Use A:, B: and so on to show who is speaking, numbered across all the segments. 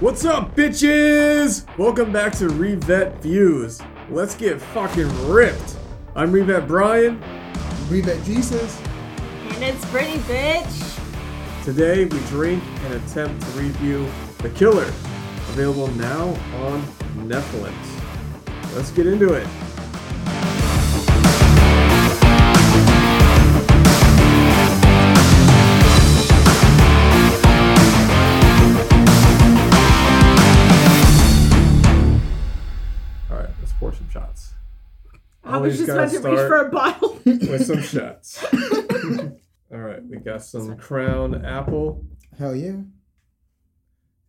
A: What's up, bitches? Welcome back to Revet Views. Let's get fucking ripped. I'm Revet Brian.
B: Breathe at Jesus.
C: And it's Brittany, bitch.
A: Today we drink and attempt to review The Killer, available now on Netflix. Let's get into it. All right, let's pour some shots.
C: I was
A: Always
C: just
A: gotta
C: about to reach
A: start-
C: for a bottle.
A: with some shots. All right, we got some crown apple.
B: Hell yeah.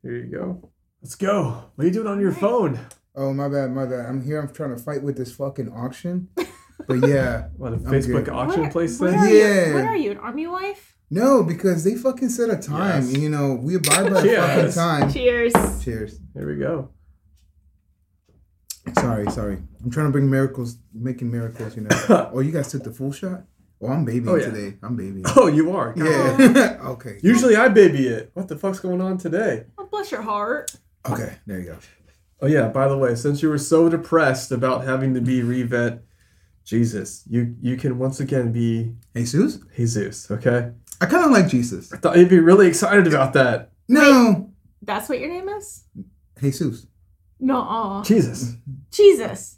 A: Here you go. Let's go. What are you doing on your phone?
B: Oh my bad, my bad. I'm here. I'm trying to fight with this fucking auction. But yeah,
A: What, a Facebook
B: good.
A: auction
C: What-
A: place
C: what
A: thing?
C: are you-
B: Yeah.
C: What are you, an army wife?
B: no, because they fucking set a time.
A: Yes.
B: and, You know, we abide by the fucking
A: Yes.
B: time.
C: Cheers.
B: Cheers.
A: Here we go.
B: Sorry, sorry. I'm trying to bring miracles, making miracles. You know. oh, you guys took the full shot. Oh, I'm babying
A: Oh, yeah.
B: today. I'm babying.
A: Oh, you are. God.
B: Yeah. okay.
A: Usually I baby it. What the fuck's going on today?
C: Oh, bless your heart.
B: Okay. There you go.
A: Oh yeah, by the way, since you were so depressed about having to be revet Jesus, you you can once again be
B: Jesus.
A: Jesus, okay?
B: I kind of like Jesus.
A: I thought you'd be really excited about that.
B: No.
C: That's what your name is?
B: Jesus.
C: No.
A: Jesus.
C: Jesus.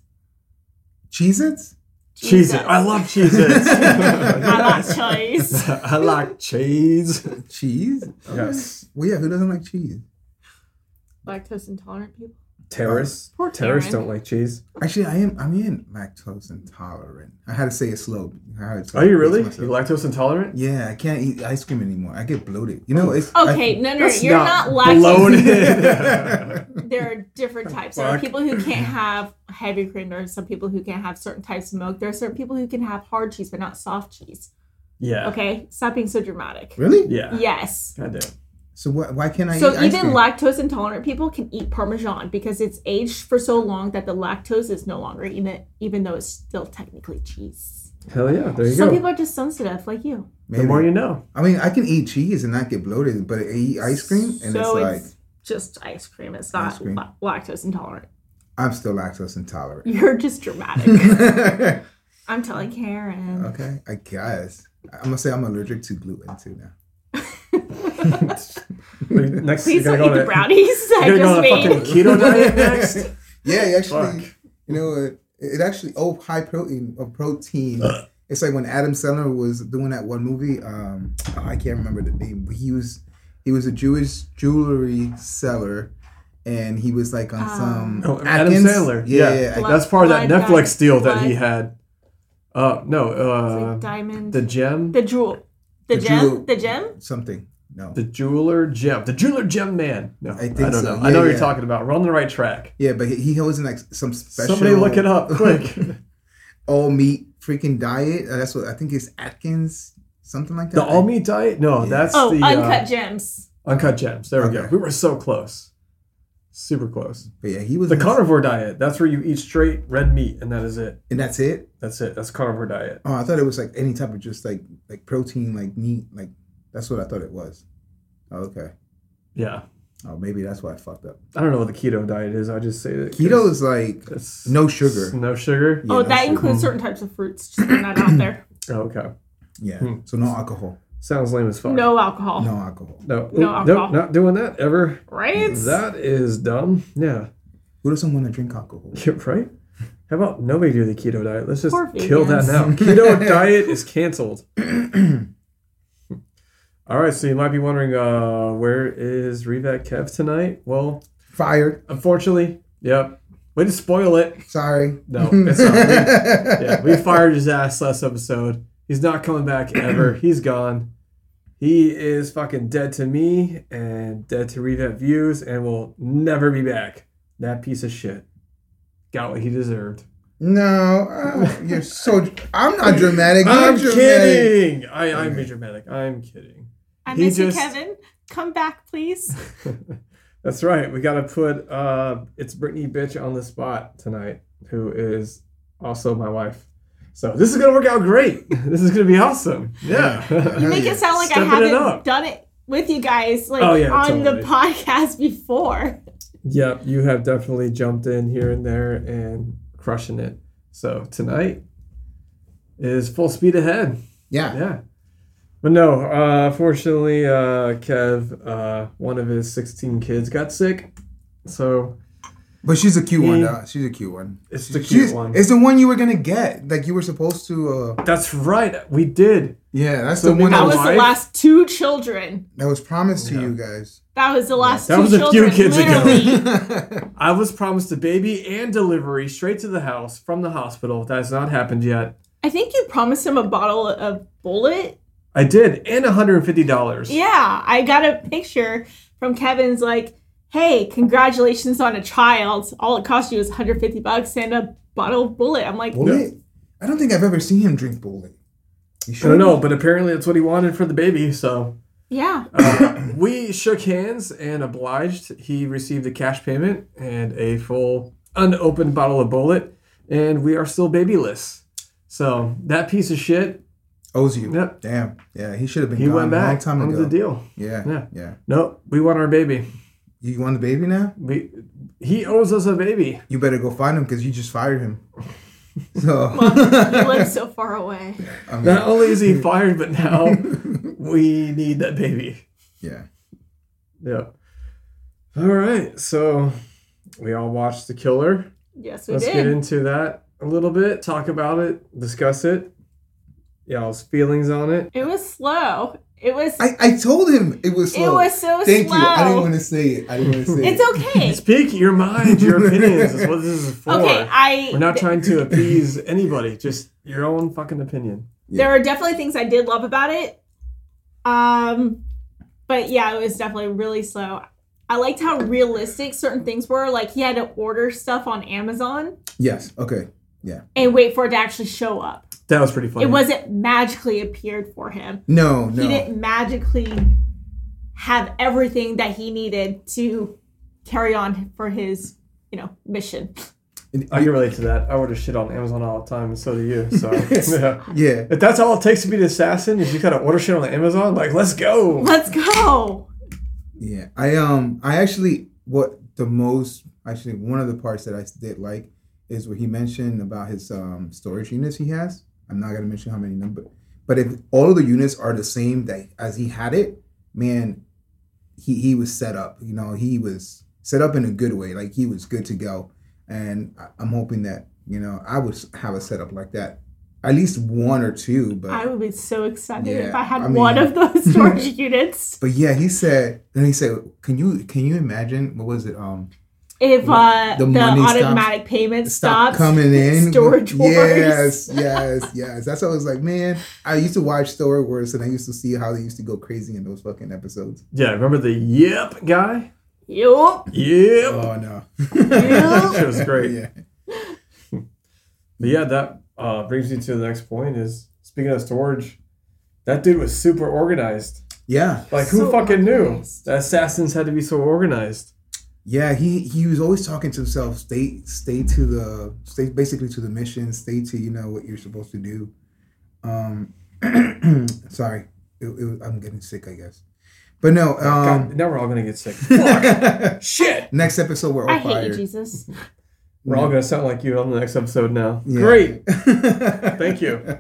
B: Cheez-Its?
A: Jesus. I love Jesus.
C: I like choice.
A: I like cheese.
B: Cheese? Okay.
A: Yes.
B: Well, yeah. Who doesn't like cheese?
C: Lactose intolerant people.
A: Terrorists.
C: Poor
A: Terrorists
C: Taryn.
A: don't like cheese.
B: Actually, I am. I'm in lactose intolerant. I had to say it slow. I had to
A: Are you really? You
B: myself.
A: lactose intolerant?
B: yeah, I can't eat ice cream anymore. I get bloated. You know, it's I-
C: Okay, no, no, no,
A: That's
C: you're
A: not
C: not, lactose.
A: bloated.
C: there are different types. There are
A: Fuck.
C: people who can't have heavy cream. There are some people who can't have certain types of milk. There are certain people who can have hard cheese, but not soft cheese.
A: yeah.
C: Okay, stop being so dramatic.
B: really.
A: Yeah.
C: Yes.
A: God damn.
B: So why, why can't I?
C: So
B: eat ice
C: even
B: cream?
C: lactose intolerant people can eat parmesan because it's aged for so long that the lactose is no longer in it, even though it's still technically cheese.
A: Hell yeah. There you
C: Some
A: go.
C: people are just sensitive, like you.
A: the
B: Maybe.
A: more you know.
B: I mean, I can eat cheese and not get bloated, but I eat ice cream and
C: so
B: it's, like
C: just ice cream. It's
B: Ice
C: not
B: cream.
C: la- lactose intolerant.
B: I'm still lactose intolerant.
C: You're just dramatic.
B: okay,
C: I'm telling
B: Uh,
C: Karen.
B: I guess I'm gonna say I'm allergic to gluten too now.
A: Like, next,
C: Please
A: you're
C: don't
A: gonna
C: eat the
A: go on
C: brownies
A: a,
C: I
A: you're gonna go
C: just
A: on a fucking
C: made.
A: keto diet next.
B: Yeah, it actually,
A: Fuck.
B: you know, it, it actually oh high protein of protein.
A: Uh.
B: It's like when Adam Sandler was doing that one movie. Um, oh, I can't remember the name. but He was he was a Jewish jewelry seller, and he was like on
C: Um,
B: some
A: Oh, Adam
B: Atkins?
A: Sandler.
B: Yeah,
A: Yeah.
B: yeah, I-
C: Blood-
A: That's part of that
C: blood
A: Netflix
C: diet-
A: deal that
C: blood-
A: he had. Uh, no,
C: it's
A: uh,
C: like diamond.
A: the
C: The,
A: gem,
C: jewel. The,
B: The
C: gem.
B: jewel.
C: The gem.
B: something. No,
A: the jeweler gem, the jeweler gem man. No, I,
B: I think
A: don't
B: so.
A: know.
B: Yeah,
A: I know what
B: yeah.
A: you're talking about. We're on the right track.
B: yeah, but he, he was in like some special.
A: Somebody look it up quick.
B: all meat freaking diet. Uh, that's what I think it's Atkins something like that.
A: the all meat diet? No,
B: Yeah.
A: that's
C: Oh,
A: the uh,
C: uncut gems.
A: Uncut Gems. There we go.
B: Okay.
A: We were so close. Super close.
B: But yeah, he was
A: The
B: in-
A: carnivore diet. That's where you eat straight red meat, and that is it.
B: and that's it.
A: That's it. That's carnivore diet.
B: Oh, I thought it was like any type of just like like protein, like meat, like that's what I thought it was. Oh, okay.
A: Yeah.
B: Oh, maybe that's why I fucked up.
A: I don't know what the keto diet is. I just say that. 'cause
B: Keto is like
A: it's-
B: no sugar.
A: it's No sugar.
B: Yeah,
C: oh,
B: no
C: that
B: sugar.
C: includes certain types of fruits. Just putting that out there.
A: Oh, okay.
B: yeah.
A: Hmm.
B: So no alcohol.
A: Sounds lame as fuck.
C: No alcohol.
B: No alcohol.
A: No.
C: No
A: Oop,
C: alcohol.
A: Nope, not doing that ever.
C: Right?
A: That is dumb. Yeah.
B: Who doesn't want to drink alcohol?
A: You're right. How about nobody do the keto diet? Let's just
C: Poor
A: kill that
C: vegans.
A: now. Keto diet is canceled. All right, so you might be wondering, uh, where is Revat Kev tonight? Well,
B: Fired.
A: unfortunately, yep. Way to spoil it.
B: Sorry.
A: No, it's not. We, yeah, we fired his ass last episode. He's not coming back ever. He's gone. He is fucking dead to me and dead to Revat Views and will never be back. That piece of shit got what he deserved.
B: No, uh, you're so. I'm not dramatic. You're
A: I'm
B: dramatic.
A: kidding. I, I'm being dramatic. I'm kidding.
C: I
A: He
C: miss
A: just-
C: you, Kevin. Come back, please.
A: That's right. We got to put uh, it's Brittany bitch on the spot tonight, who is also my wife. So this is gonna work out great. this is gonna be awesome. Yeah.
C: You make
B: yeah.
C: it sound like
A: Stepping it
C: I haven't
A: up.
C: done it with you guys like
A: Oh, yeah,
C: on the
A: totally.
C: podcast before.
A: Yep, you have definitely jumped in here and there and crushing it. So tonight is full speed ahead.
B: Yeah.
A: Yeah. But no, uh, fortunately, uh, Kev, uh, one of his 16 kids got sick. So
B: But she's a cute one.
A: Yeah.
B: Though. She's a cute one.
A: it's the cute
B: She's,
A: one.
B: It's the one you were gonna get. Like you were supposed to. uh
A: That's right. We did.
B: Yeah, that's
A: So
B: the
A: maybe-
B: one
C: That
B: that
C: was
B: was,
C: the
A: wife?
C: last two children.
B: that was promised to
A: Yeah.
B: you guys.
C: That was the last
A: that
C: two
A: was a few
C: children.
A: kids ago.
C: literally.
A: I was promised a baby and delivery straight to the house from the hospital. That has not happened yet.
C: I think you promised him a bottle of Bullet
A: I did, and $150.
C: Yeah, I got a picture from Kevin's like, "Hey, congratulations on a child. All it cost you was 150 bucks and a bottle of Bullet." I'm like,
B: Bullet. I don't think I've ever seen him drink bullet. You
A: I don't know, but apparently that's what he wanted for the baby. So
C: "Yeah,
A: uh, we shook hands and obliged. He received a cash payment and a full unopened bottle of Bullet, and we are still babyless. So that piece of shit,
B: owes you.
A: Yep.
B: Damn. Yeah, he should have been.
A: he
B: gone
A: went
B: A long
A: back.
B: time
A: That was
B: ago.
A: the deal.
B: Yeah,
A: Yeah.
B: yeah.
A: Nope, we want our baby.
B: You want the baby now?
A: We he owes us a baby.
B: You better go find him because you just fired him. So
C: you live so far away."
B: I mean,
A: Not only is he fired, but now we need that baby.
B: yeah.
A: Yeah. All right. So we all watched The Killer.
C: Yes, we
A: Let's
C: did.
A: get into that a little bit, talk about it, discuss it, y'all's feelings on it.
C: It was slow. It was
B: I, I told him it was slow.
C: it was so
B: Thank
C: slow.
B: you. I didn't want to say it. I didn't want to say it.
C: it's okay.
A: Speak your mind, your opinions. is what this is for.
C: okay, I
A: We're not trying to appease anybody, just your own fucking opinion.
C: there are definitely things I did love about it. Um, but yeah, it was definitely really slow. I liked how realistic certain things were. Like he had to order stuff on Amazon
B: Yes. Okay. Yeah.
C: and wait for it to actually show up.
A: That was pretty funny.
C: It wasn't magically appeared for him.
B: No.
C: He
B: No.
C: didn't magically have everything that he needed to carry on for his, you know, mission.
A: I can relate to that. I order shit on Amazon all the time, and so do you. So, yeah.
B: Yeah.
A: if that's all it takes to be an assassin, is you gotta order shit on Amazon, like, let's
B: Oh.
A: go.
C: Let's go.
B: Yeah. I um. I actually what the most actually one of the parts that I did like is where he mentioned about his um storage units he has. I'm not gonna mention how many number, but if all of the units are the same that as he had it, man, he he was set up. You know, he was set up in a good way. Like he was good to go. And I- I'm hoping that you know I would have a setup like that, at least one or two. But
C: I would be so excited if
B: Yeah,
C: I had
B: I mean-
C: one of those storage units.
B: But yeah, he said. Then he said, "Can you can you imagine what was it? Um,
C: If uh, the,
B: The money stops-
C: automatic payment
B: stop
C: stops,
B: coming in
C: Storage Wars.
B: Yes, yes, yes. That's what I was like, man. I used to watch Storage Wars, and I used to see how they used to go crazy in those fucking episodes.
A: Yeah, remember the yep guy?
C: Yup.
A: Yep.
B: Oh no,
C: That
A: shit was great.
B: Yeah.
A: But yeah, that uh, brings me to the next point. Is speaking of storage, that dude was super organized.
B: yeah,
A: Like who
C: So
A: fucking
C: organized.
A: knew that assassins had to be so organized?
B: yeah. He he was always talking to himself. Stay stay to the stay basically to the mission. Stay to you know what you're supposed to do. Um, sorry, it, it, I'm getting sick, I guess. But no,
A: God,
B: um,
A: now we're all gonna get sick. Fuck shit.
B: next episode we're all
C: I hate
B: fired.
C: you, Jesus.
A: We're all gonna sound like you on the next episode now.
B: Yeah.
A: Great. Thank you.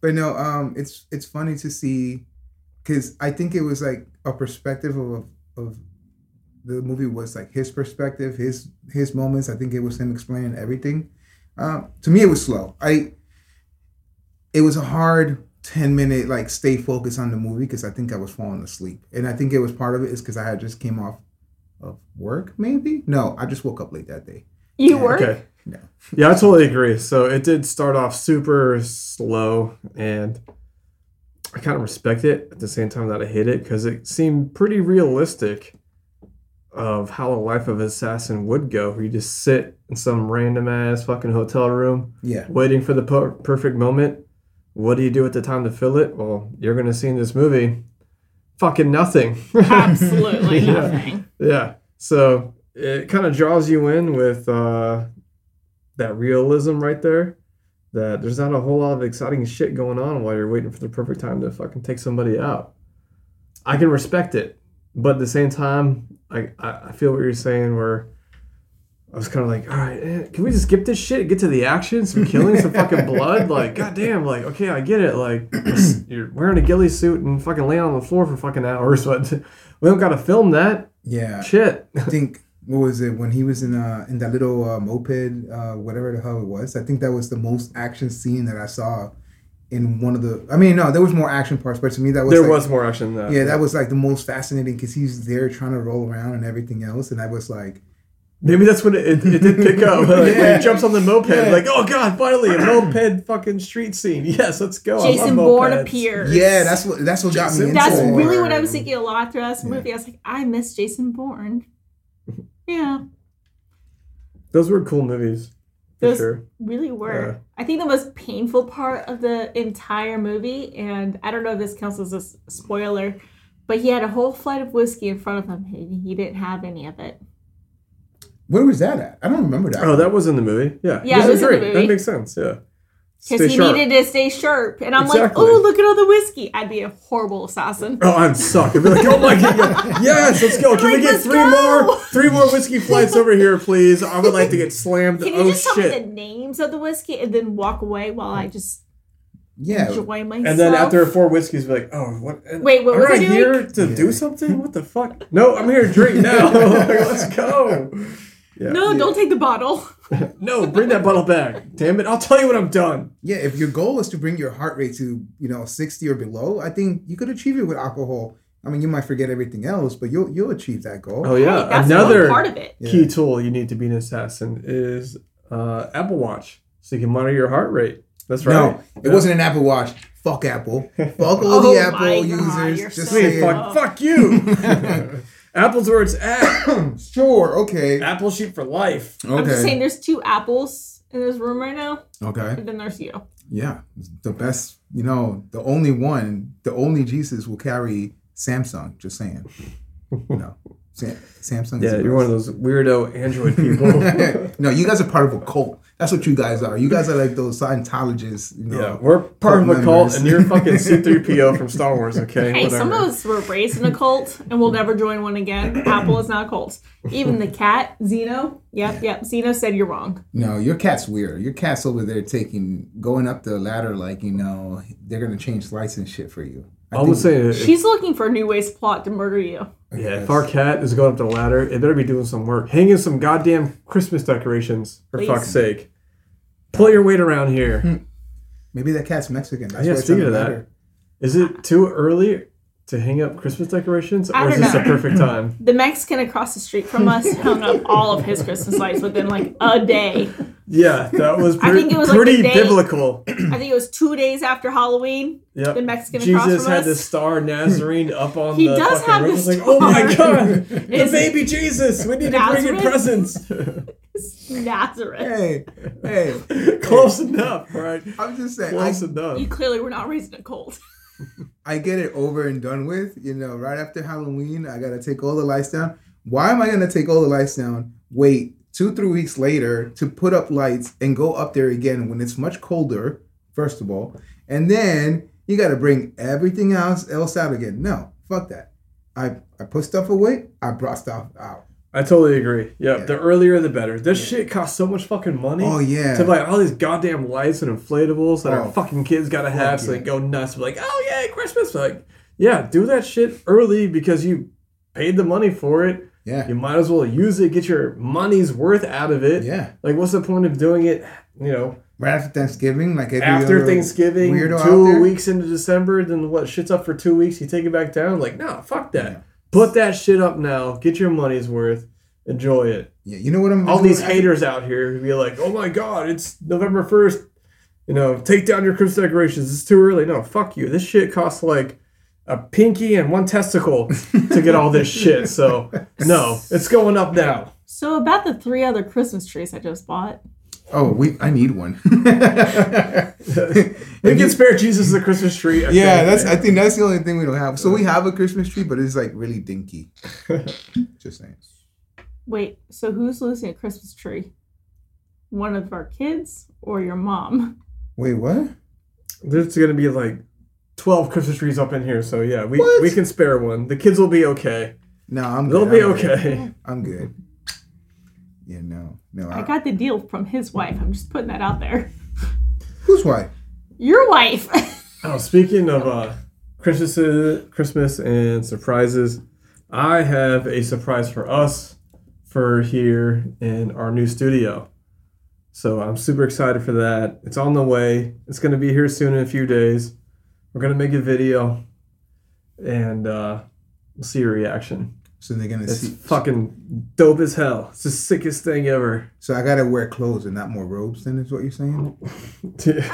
B: But no, um, it's it's funny to see, because I think it was like a perspective of of the movie was like his perspective, his his moments. I think it was him explaining everything. Um, to me, it was slow. I it was a hard ten minute like stay focused on the movie because I think I was falling asleep, and I think it was part of it is because I had just came off of work. Maybe no, I just woke up late that day.
C: You work.
A: Okay.
B: No.
A: Yeah, I totally agree. So it did start off super slow, and I kind of respect it at the same time that I hate it because it seemed pretty realistic of how the life of an assassin would go. Where you just sit in some random ass fucking hotel room
B: Yeah,
A: waiting for the per- perfect moment. What do you do at the time to fill it? Well, you're gonna see in this movie, fucking nothing.
C: Absolutely
A: Yeah.
C: nothing.
A: Yeah. So it kind of draws you in with uh, that realism right there. That there's not a whole lot of exciting shit going on while you're waiting for the perfect time to fucking take somebody out. I can respect it, but at the same time, I I I feel what you're saying. Where I was kind of like, all right, eh, can we just skip this shit? Get to the action, some killing, some fucking blood. Like, goddamn, like okay, I get it. Like you're wearing a ghillie suit and fucking laying on the floor for fucking hours, but we don't gotta film that
B: Yeah,
A: shit.
B: I think what was it when he was in uh in that little uh, moped uh whatever the hell it was. I think that was the most action scene that I saw in one of the. I mean, no, there was more action parts, but to me that was
A: There
B: like-
A: was more action than that.
B: Yeah, that was like the most fascinating because he's there trying to roll around and everything else, and I was like,
A: Maybe that's when it, it, it did pick up. Like, When
B: Yeah.
A: he jumps on the moped,
B: Yeah.
A: like, oh god, finally a moped fucking street scene. Yes, let's go. I love
C: Jason Bourne
A: mopeds."
C: appears.
B: yeah, that's what that's what got me into
C: That's
B: it.
C: really what I was thinking a lot throughout this
B: Yeah.
C: movie. I was like, I miss Jason Bourne. Yeah,
A: Those were cool movies. For
C: Those-
A: sure.
C: really were.
A: Yeah.
B: Uh.
C: I think the most painful part of the entire movie, and I don't know if this counts as a s- spoiler, but he had a whole flight of whiskey in front of him and he didn't have any of it.
B: Where was that at? I don't remember that.
A: Oh, that was in the movie. Yeah.
C: Yeah,
A: Those
C: it
A: are
C: was in the
A: great.
C: movie.
A: That makes sense. Yeah. Stay
C: Because he
A: sharp.
C: needed to stay sharp. And I'm like,
A: Exactly.
C: oh, look at all the whiskey. I'd be a horrible assassin.
A: Oh, I'm sucked. I'd be like, oh my god, yes, let's go. Can
C: Like,
A: we get
C: let's
A: three
C: go.
A: more, three more whiskey flights over here, please? I would like to get slammed.
C: Can you
A: oh
C: just tell me
A: shit!
C: the names of the whiskey and then walk away while I just
B: yeah,
C: enjoy myself?
A: And then after four whiskeys, be like, oh, what? and-
C: Wait, what
A: am
C: was
A: I
C: I doing?
A: here to
B: Yeah.
A: do something? What the fuck? No, I'm here to drink now. Like, let's go. Yeah.
C: No, don't take the bottle.
A: No, bring that bottle back. Damn it. I'll tell you when I'm done.
B: yeah. If your goal is to bring your heart rate to you know sixty or below, I think you could achieve it with alcohol. I mean, you might forget everything else, but you'll you'll achieve that goal.
A: Oh, yeah.
C: Right, that's
A: Another
C: one part of it.
B: Yeah.
A: key tool you need to be an assassin is uh, Apple Watch so you can monitor your heart rate. That's right.
B: No, it
A: Yeah.
B: wasn't an Apple Watch. Fuck Apple. Fuck all
C: Oh
B: the
C: my
B: Apple
C: God,
B: users.
C: you're
B: Just
C: so
A: Wait,
B: saying.
C: Oh.
A: fuck, fuck you. Apple's where it's at.
B: Sure. Okay.
A: Apple sheep for life.
C: I'm just saying
B: Okay.
C: there's two apples in this room right now,
B: Okay.
C: and then there's you.
B: Yeah. The best. You know, the only one, the only Jesus will carry Samsung. Just saying. No. Sam- Samsung.
A: Yeah,
B: is the
A: you're one of those weirdo Android people.
B: best. no, you guys are part of a cult. That's what you guys are. You guys are like those Scientologists. You know.
A: Yeah, we're part of a
B: Cult
A: cult,
B: members.
A: and you're fucking C-3PO from Star Wars. Okay,
C: Hey,
A: whatever.
C: some of us were raised in a cult and we'll never join one again. Apple is not a cult. Even the cat, Zeno. Yep, yep. Zeno said you're wrong.
B: No, your cat's weird. Your cat's over there taking going up the ladder like you know they're gonna change lights and shit for you. I
A: I would say, if,
C: She's looking for new ways to plot to murder you.
A: yeah, if our cat is going up the ladder, it better be doing some work, hanging some goddamn Christmas decorations for
C: Please.
A: fuck's sake. Pull your weight around here.
B: Maybe that cat's Mexican. That's
A: Yeah,
B: why it's on
A: speaking
B: the
A: of that,
B: ladder.
A: Is it too early to hang up Christmas decorations,
C: I
A: or is
C: don't
A: this the
C: know.
A: perfect time?
C: The Mexican across the street from us hung up all of his Christmas lights within like a day.
A: Yeah, that was
C: I
A: pretty,
C: think it was like
A: pretty
C: the day-
A: biblical.
C: I think it was two days after Halloween.
A: Yep.
C: The Mexican across
A: Jesus
C: from
A: had
C: us.
A: the star Nazarene up on
C: He
A: the
C: does
A: fucking
C: have
A: roof.
C: the
A: It's like, oh my
C: star.
A: god, the
C: Is-
A: baby Jesus. We need to bring in
C: Nazareth?
A: presents.
C: Nazareth.
B: Hey, hey,
A: Close enough, right?
B: I'm just saying, I,
A: Close enough.
C: You clearly were not raised in a cult.
B: I get it over and done with. You know, right after Halloween, I gotta take all the lights down. Why am I gonna take all the lights down? Wait two, three weeks later to put up lights and go up there again when it's much colder, first of all, and then you gotta bring everything else else out again. No, fuck that. I I put stuff away. I brought stuff out.
A: I totally agree. Yep,
B: Yeah.
A: the earlier the better. This shit costs so much fucking money.
B: Oh yeah.
A: To buy all these goddamn lights and inflatables that
B: Oh.
A: our fucking kids gotta have so they
B: yeah.
A: go nuts. Like, oh yeah, Christmas. Like, yeah, do that shit early because you paid the money for it.
B: yeah.
A: You might as well use it, get your money's worth out of it.
B: Yeah.
A: Like, what's the point of doing it, you know,
B: Right after Thanksgiving, like every
A: after
B: other
A: Thanksgiving,
B: weirdo out
A: two
B: there.
A: weeks into December, then what? Shit's up for two weeks. You take it back down. Like, no, fuck that. Put that shit up now. Get your money's worth. Enjoy it.
B: Yeah, you know what I'm.
A: All these
B: I-
A: haters out here who be like, "Oh my God, it's November first. You know, take down your Christmas decorations. It's too early." No, fuck you. This shit costs like a pinky and one testicle to get all this shit. So no, it's going up now.
C: So about the three other Christmas trees I just bought.
B: Oh, we. I need one.
A: We can spare Jesus the Christmas tree. I
B: yeah,
A: think.
B: that's. I think that's the only thing we don't have. So we have a Christmas tree, but it's like really dinky. Just saying.
C: Wait, so who's losing a Christmas tree? One of our kids or your mom?
B: Wait, what?
A: There's gonna be like twelve Christmas trees up in here, so yeah, we
B: What?
A: we can spare one. The kids will be okay.
B: No, I'm good.
A: They'll be
B: I'm good.
A: okay.
B: I'm good. Yeah, no, no.
C: I
B: I,
C: got the deal from his wife. I'm just putting that out there.
B: who's wife?
C: Your wife.
A: Oh, speaking of uh, Christmas, Christmas and surprises, I have a surprise for us for here in our new studio. So I'm super excited for that. It's on the way. It's gonna be here soon in a few days. We're gonna make a video, and uh, we'll see your reaction.
B: So they're gonna
A: It's
B: see.
A: fucking dope as hell. It's the sickest thing ever.
B: So I gotta wear clothes and not more robes. Then is what you're saying?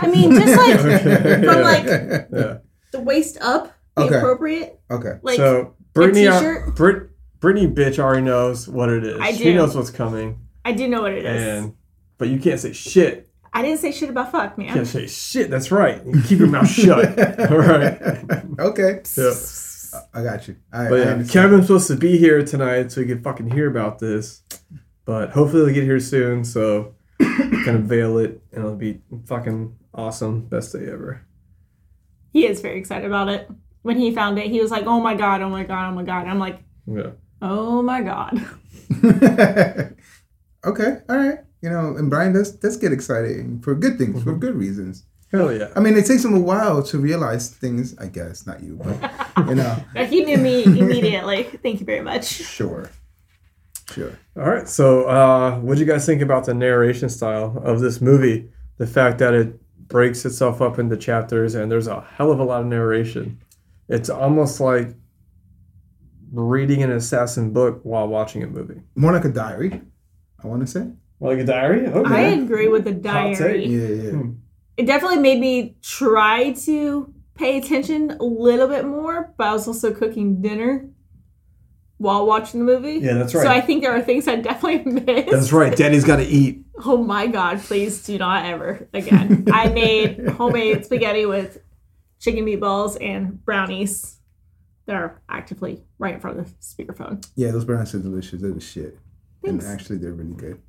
C: I mean, just like
A: Okay,
C: But,
A: yeah,
C: like-
A: yeah.
C: the waist up, the
B: Okay.
C: appropriate.
B: okay.
C: Like
A: so Brittany,
C: t-shirt?
A: Brit, Brittany bitch already knows what it is.
C: I
A: she
C: do.
A: knows what's coming,
C: I do know what it is.
A: and but you can't say shit.
C: I didn't say shit about fuck, man.
A: You can't say shit. That's right. You keep your mouth shut. All right.
B: Okay.
A: Yeah.
B: I got you. I,
A: But
B: I
A: yeah,
B: understand.
A: Kevin's supposed to be here tonight, so he can fucking hear about this. But hopefully he'll get here soon, so can unveil it, and it'll be fucking awesome. Best day ever.
C: He is very excited about it. When he found it, he was like, "Oh my god! Oh my god! Oh my god!" I'm like,
A: Yeah.
C: "Oh my god!"
B: okay. All right. You know, and Brian does does get excited for good things, for good reasons.
A: Hell yeah.
B: I mean, it takes him a while to realize things. I guess not you, but you know,
C: But he knew me immediately. Thank you very much.
B: sure, sure.
A: All right. So, uh, what do you guys think about the narration style of this movie? The fact that it breaks itself up into chapters and there's a hell of a lot of narration. It's almost like reading an assassin book while watching a movie.
B: More like a diary. I want to say.
A: Like a diary?
C: I agree with the
A: take.
C: diary.
B: Yeah, yeah.
A: Hmm.
C: It definitely made me try to pay attention a little bit more, but I was also cooking dinner while watching the movie.
A: Yeah, that's
C: So I
A: right.
C: think there are things I definitely missed.
A: That's right. Daddy's got to eat.
C: Oh my god, please do not ever again. I made homemade spaghetti with chicken meatballs and brownies that are actively right in front of the speakerphone.
B: Yeah, those brownies are delicious. They're the shit.
C: Thanks.
B: And actually, they're really good.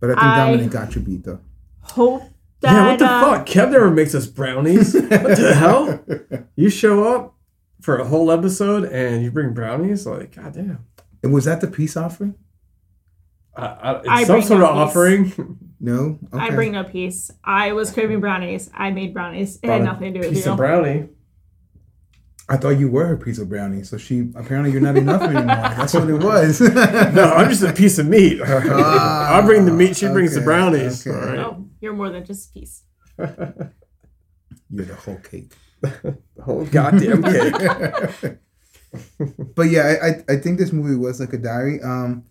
B: But I think
C: I-
B: Dominic got you beat, though.
C: Hope that
A: Yeah, what the
C: uh,
A: fuck? Kev never makes us brownies. what the hell? You show up for a whole episode and you bring brownies? Like, goddamn.
B: And was that the peace offering?
A: I, I, it's
C: I
A: some
C: bring
A: sort of
C: brownies.
A: offering.
B: No?
C: I bring no peace. I was craving brownies. I made brownies. It had
A: Brought a
C: nothing to do with
A: Piece
C: you.
A: of brownie.
B: I thought you were her piece of brownie, so she apparently you're not enough anymore. That's what it was.
A: No, I'm just a piece of meat. I bring the meat, she brings the
B: Ah, okay,
A: brownies.
B: okay.
A: All right.
C: oh, you're more than just peace.
B: You're the whole cake.
A: Whole goddamn cake.
B: But yeah, I, I I think this movie was like a diary. Um,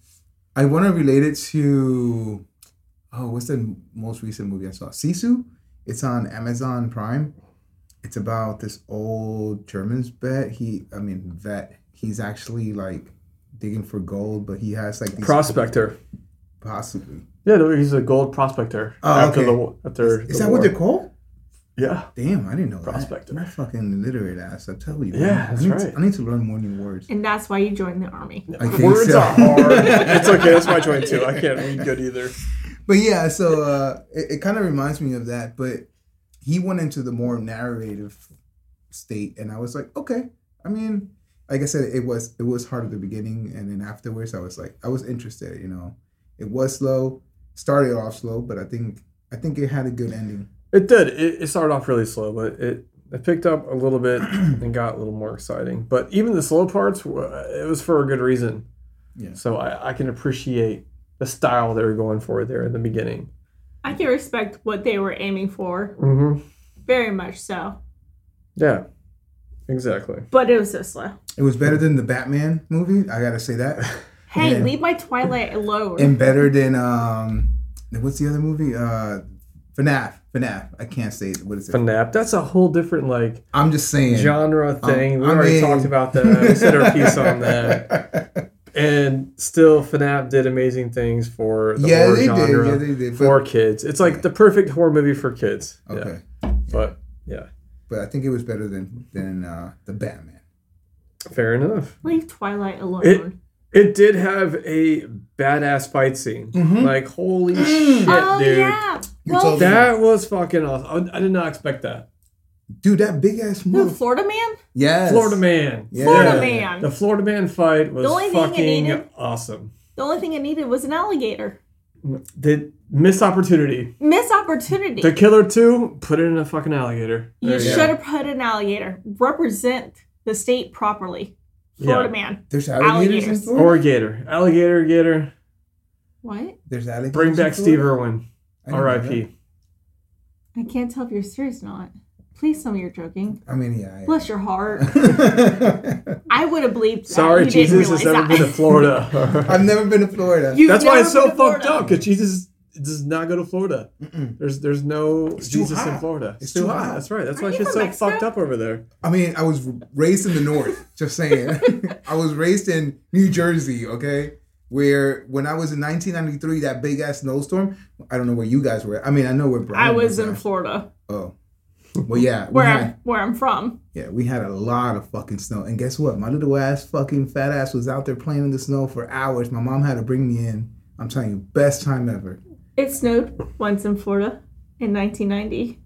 B: I want to relate it to, oh, what's the most recent movie I saw? Sisu. It's on Amazon Prime. It's about this old German's vet. He, I mean, vet. He's actually like digging for gold, but he has like these
A: prospector.
B: possibly.
A: Yeah, no, he's a gold prospector.
B: Oh,
A: after
B: okay.
A: the wa- after the
B: Is that
A: war.
B: what they're called?
A: Yeah.
B: Damn, I didn't know
A: Prospector.
B: that. You're a fucking literate ass. I tell you.
A: Yeah,
B: man.
A: that's
B: I need
A: right.
B: To, I need to learn more new words.
C: And that's why you joined the army.
B: I think
A: Words
B: so.
A: are hard. it's okay. That's my joint too. I can't read good either.
B: but yeah, so uh, it, it kind of reminds me of that. But he went into the more narrative state, and I was like, okay. I mean, like I said, it was it was hard at the beginning, and then afterwards, I was like, I was interested. You know, it was slow. Started off slow, but I think I think it had a good ending.
A: It did. It, it started off really slow, but it it picked up a little bit and got a little more exciting. But even the slow parts, were- it was for a good reason.
B: Yeah.
A: So I, I can appreciate the style they were going for there in the beginning.
C: I can respect what they were aiming for,
A: Mm-hmm.
C: very much so.
A: Yeah. Exactly.
C: But it was so slow.
B: It was better than the Batman movie. I gotta say that.
C: Hey,
B: Yeah.
C: leave my Twilight alone.
B: and better than um what's the other movie uh FNAF FNAF I can't say it. what is it
A: FNAP. That's a whole different like
B: I'm just saying
A: genre thing. we
B: I
A: already
B: mean-
A: talked about that. We said our piece on that. And still, FNAF did amazing things for the
B: yeah
A: horror
B: they
A: genre
B: did yeah they did but,
A: for kids. It's like the perfect horror movie for kids. Yeah,
B: okay
A: but yeah,
B: but I think it was better than than uh the Batman
A: fair enough.
C: leave Twilight alone.
A: It- It did have a badass fight scene.
B: Mhm.
A: Like holy shit,
C: oh
A: dude!
C: yeah.
B: told
C: Well,
B: me.
A: That was fucking awesome. I, I did not expect that.
B: Dude, that big ass
C: Who,
B: move.
C: Florida man?
B: Yes.
A: Florida man.
B: Yeah.
C: Florida man.
A: The Florida man fight was
C: The only thing it needed-
A: fucking awesome.
C: The only thing it needed was an alligator.
A: The missed opportunity.
C: Miss opportunity.
A: The killer two put it in a fucking alligator.
C: you
A: There
B: Yeah.
C: should
A: go.
C: have put an alligator. Represent the state properly. Florida
A: Yeah.
C: man.
B: There's alligators in
C: Alligators.
B: Florida.
A: Or a gator. Alligator, gator.
C: What?
B: There's alligators.
A: Bring
B: in
A: back
B: Florida?
A: Steve Irwin.
B: I didn't know that.
A: R.I.P.
C: I can't tell if you're serious or not. Please tell me you're joking.
B: I mean, yeah.
C: Bless your heart.
B: yeah.
C: I would have believed that.
A: Sorry,
C: You didn't
A: Jesus has never
C: realize
A: been to
C: that.
A: Florida.
B: I've never been to Florida.
C: You've
A: That's why
C: never
A: it's so
C: been to
A: fucked
C: Florida.
A: up because Jesus does not go to Florida.
B: Mm-mm.
A: There's there's no
B: too
A: Jesus in
B: hot.
A: Florida.
B: It's too hot.
A: That's right. That's
C: Aren't
A: why
C: you
A: shit's
C: from
A: so
C: Mexico?
A: fucked up over there.
B: I mean, I was raised in the north. just saying, I was raised in New Jersey. Okay, where when I was in 1993, that big ass snowstorm. I don't know where you guys were. I mean, I know where Brian
C: I was in
B: at.
C: Florida,
B: Oh, well, yeah. we
C: where I'm
B: had-
C: where I'm from.
B: yeah, we had a lot of fucking snow, and guess what? My little ass, fucking fat ass, was out there playing in the snow for hours. My mom had to bring me in. I'm telling you, best time ever.
C: It snowed once in Florida in 1990.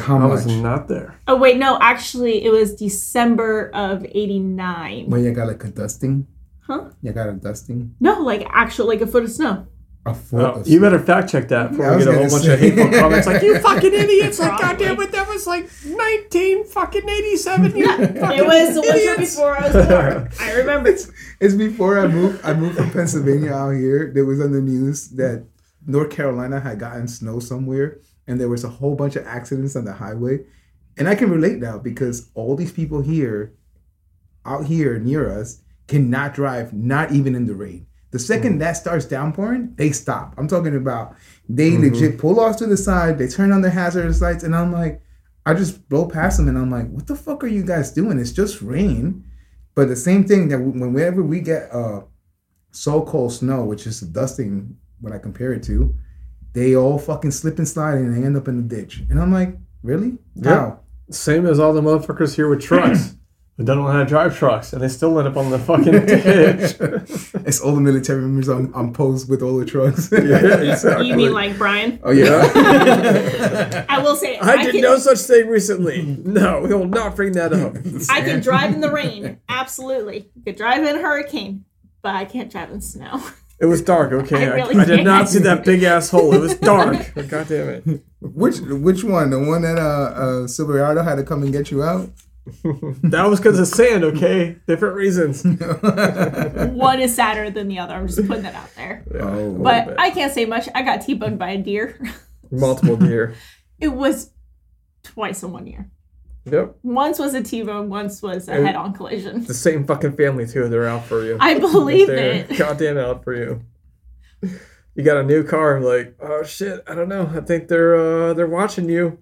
B: How
A: I was
B: much?
A: not there.
C: Oh wait, no, actually it was December of 89.
B: When you got like a dusting,
C: Huh?
B: you got a dusting.
C: No, like actual like a foot of snow.
B: A foot
A: Oh,
B: of
A: you
B: snow.
A: better fact check that before
B: Yeah, I
A: we
B: was
A: get a whole bunch
B: gonna
A: of
B: say.
A: hateful comments like you fucking idiots. Like
C: Probably.
A: goddamn, but that was like nineteen fucking eighty seven. You fucking
C: It was the winter
A: idiots.
C: before I was born. I remember.
B: It's before I moved. I moved from Pennsylvania out here. There was on the news that North Carolina had gotten snow somewhere, and there was a whole bunch of accidents on the highway. And I can relate now because all these people here, out here near us, cannot drive, not even in the rain. The second that starts downpouring, they stop. I'm talking about they legit pull off to the side, they turn on their hazardous lights, and I'm like, I just blow past them, and I'm like, what the fuck are you guys doing? It's just rain. But the same thing that w- whenever we get uh, so-called snow, which is dusting, what I compare it to, they all fucking slip and slide and they end up in the ditch. And I'm like, really?
A: Yeah.
B: How?
A: Same as all the motherfuckers here with trucks. They don't know how to drive trucks, and they still end up on the fucking ditch.
B: It's all the military members on, on post with all the trucks.
A: Yeah, exactly.
C: You mean like Brian?
B: oh yeah.
C: I will say
A: I did
C: can,
A: no such thing recently. No, we will not bring that up.
C: I can drive in the rain. Absolutely. You could drive in a hurricane, but I can't drive in snow.
A: It was dark, okay.
C: I
A: I,
C: really
A: I did not
C: can't.
A: see that big asshole. It was dark. God damn it.
B: which which one? The one that uh, uh Silverado had to come and get you out?
A: That was because of sand, okay? Different reasons. Yeah,
C: One is sadder than the other. I'm just putting that out there.
A: a
B: Oh.
A: little
C: But
A: bit.
C: I can't say much. I got T-boned by a deer.
A: multiple deer.
C: It was twice in one year.
A: Yep,
C: Once was a T-bone, once was a
A: And-
C: head-on collision.
A: the same fucking family too. They're out for you.
C: I believe
A: They're
C: it.
A: goddamn out for you. You got a new car. I'm like, oh shit, I don't know. I think they're uh, they're watching you.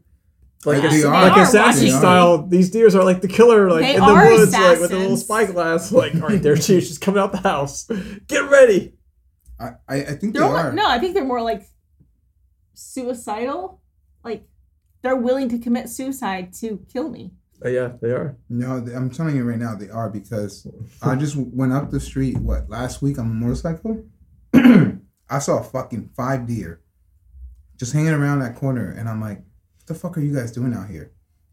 A: Like,
B: Yes,
A: ass-
B: they
A: like
B: are
A: assassin
B: watching you.
A: style, these deers are like the killer, like
C: They
A: in the
C: are
A: woods, like with a little
C: assassins.
A: spyglass. Like, all right, there she is. She's coming out the house. Get ready.
B: I, I, I think they
C: They're more,
B: are.
C: no, I think they're more like suicidal. Like they're willing to commit suicide to kill me.
A: Oh, yeah, they are.
B: No, th- I'm telling you right now, they are because I just w- went up the street. What last week on a motorcycle, I saw fucking five deer just hanging around that corner, and I'm like, "What the fuck are you guys doing out here?"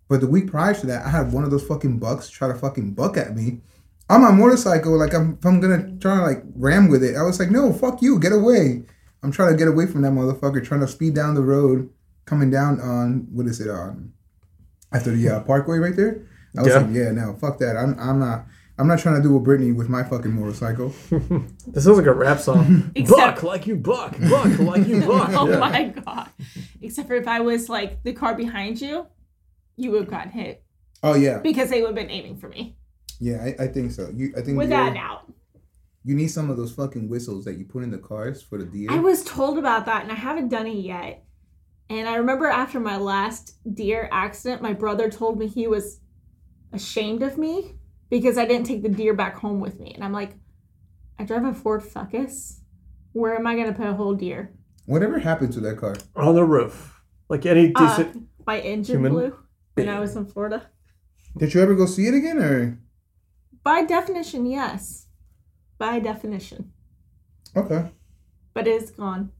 B: But the week prior to that, I had one of those fucking bucks try to fucking buck at me on my motorcycle. Like I'm, if I'm gonna try to like ram with it, I was like, "No, fuck you, get away!" I'm trying to get away from that motherfucker, trying to speed down the road, coming down on what is it on after the uh, parkway right there. I was
A: Yeah.
B: like, "Yeah, no, fuck that. I'm, I'm not." I'm not trying to do a Britney with my fucking motorcycle.
A: This sounds like a rap song.
C: Except-
A: buck like you buck, buck like you buck.
C: Oh
A: Yeah.
C: my god! Except for if I was like the car behind you, you would have gotten hit
B: Oh yeah,
C: because they would have been aiming for me
B: yeah, I, I think so. You, I think
C: without
B: you're-
C: an out.
B: You need some of those fucking whistles that you put in the cars for the deer.
C: I was told about that and I haven't done it yet. And I remember after my last deer accident, my brother told me he was ashamed of me because I didn't take the deer back home with me. And I'm like, I drive a Ford Focus. Where am I going to put a whole deer?
B: Whatever happened to that car?
A: On the roof, like any
C: Uh,
A: decent.
C: my engine
A: human
C: blew when I was in Florida.
B: Did you ever go see it again, or
C: By definition, yes. By definition.
B: okay?
C: But it is gone.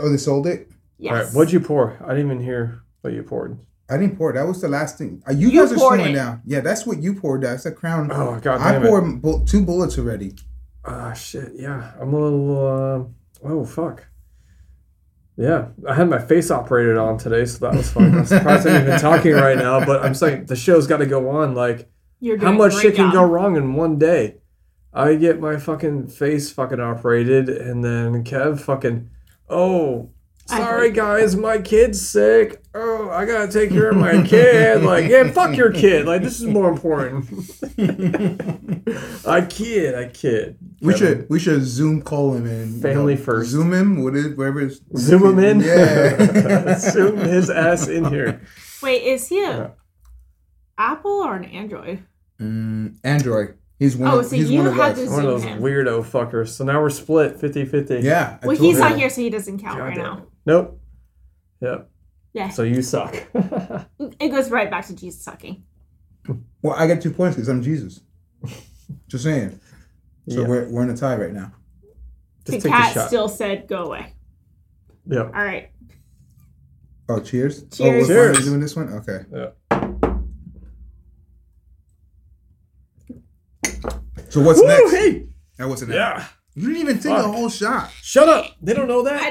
B: Oh, they sold it.
C: Yes.
A: All right, what'd you pour? I didn't even hear what you poured.
B: I didn't pour. it. That was the last thing. Uh, you,
C: You
B: guys are
C: poured
B: slowing
C: it.
B: down. Yeah, that's what you poured. That's a crown.
A: Oh god
B: I
A: damn it.
B: poured bu- two bullets already.
A: Ah shit, yeah. I'm a little uh, oh fuck. Yeah. I had my face operated on today, so that was fun. I'm surprised I'm even talking right now, but I'm saying the show's gotta go on. Like
C: You're doing
A: how much shit can go
C: wrong?
A: wrong in one day? I get my fucking face fucking operated and then Kev fucking oh
C: I
A: sorry
C: heard-
A: guys, my kid's sick. Oh, I gotta take care of my kid. Like, yeah, fuck your kid. Like this is more important. I kid, I kid.
B: We
A: Kevin.
B: should we should zoom call him in.
A: Family first.
B: Zoom him. What is whatever. It's,
A: Zoom him in.
B: Yeah.
A: Zoom his ass in here.
C: Wait, is he a
A: Yeah.
C: Apple or an Android?
B: Mm, Android. He's one.
C: Oh,
B: of,
C: so
B: he's
C: you
B: one of
C: had
B: us.
C: this-
A: One of those
C: Zoom him.
A: weirdo fuckers. So now we're split 50 50.
B: Yeah. I
C: Well,
B: told
C: he's
B: you.
C: not here, so he doesn't count right now.
A: Nope. Yep.
C: Yeah.
A: So you suck.
C: It goes right back to Jesus sucking.
B: Well, I get two points because I'm Jesus. Just saying. So
A: Yeah.
B: we're, we're in a tie right now.
A: Just
C: the
A: take the
C: cat
A: shot.
C: still said, "Go away."
A: Yep.
C: All right.
B: Oh, cheers.
C: Cheers.
B: Oh, we're finally
A: Cheers.
B: doing this one. Okay.
A: Yeah.
B: So what's
A: Woo,
B: next?
A: hey!
B: That wasn't it.
A: Yeah.
B: You didn't even take a
A: Fuck.
B: whole shot.
A: Shut up. They don't know that.
C: I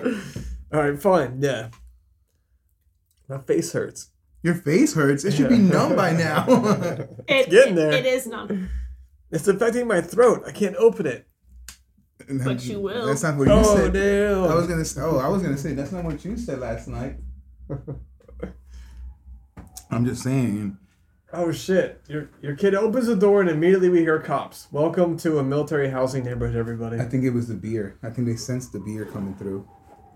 C: did.
A: All right, fine. Yeah. My face hurts.
B: Your face hurts. It should be numb by now.
C: It,
A: getting
C: it-
A: there.
C: it is numb.
A: It's affecting my throat. I can't open it.
C: But you will.
B: That's not what you
A: Oh,
B: said.
A: damn.
B: I was gonna say. Oh, I was gonna say that's not what you said last night. I'm just saying.
A: Oh shit! Your your kid opens the door and immediately we hear cops. Welcome to a military housing neighborhood, everybody.
B: I think it was the beer. I think they sensed the beer coming through.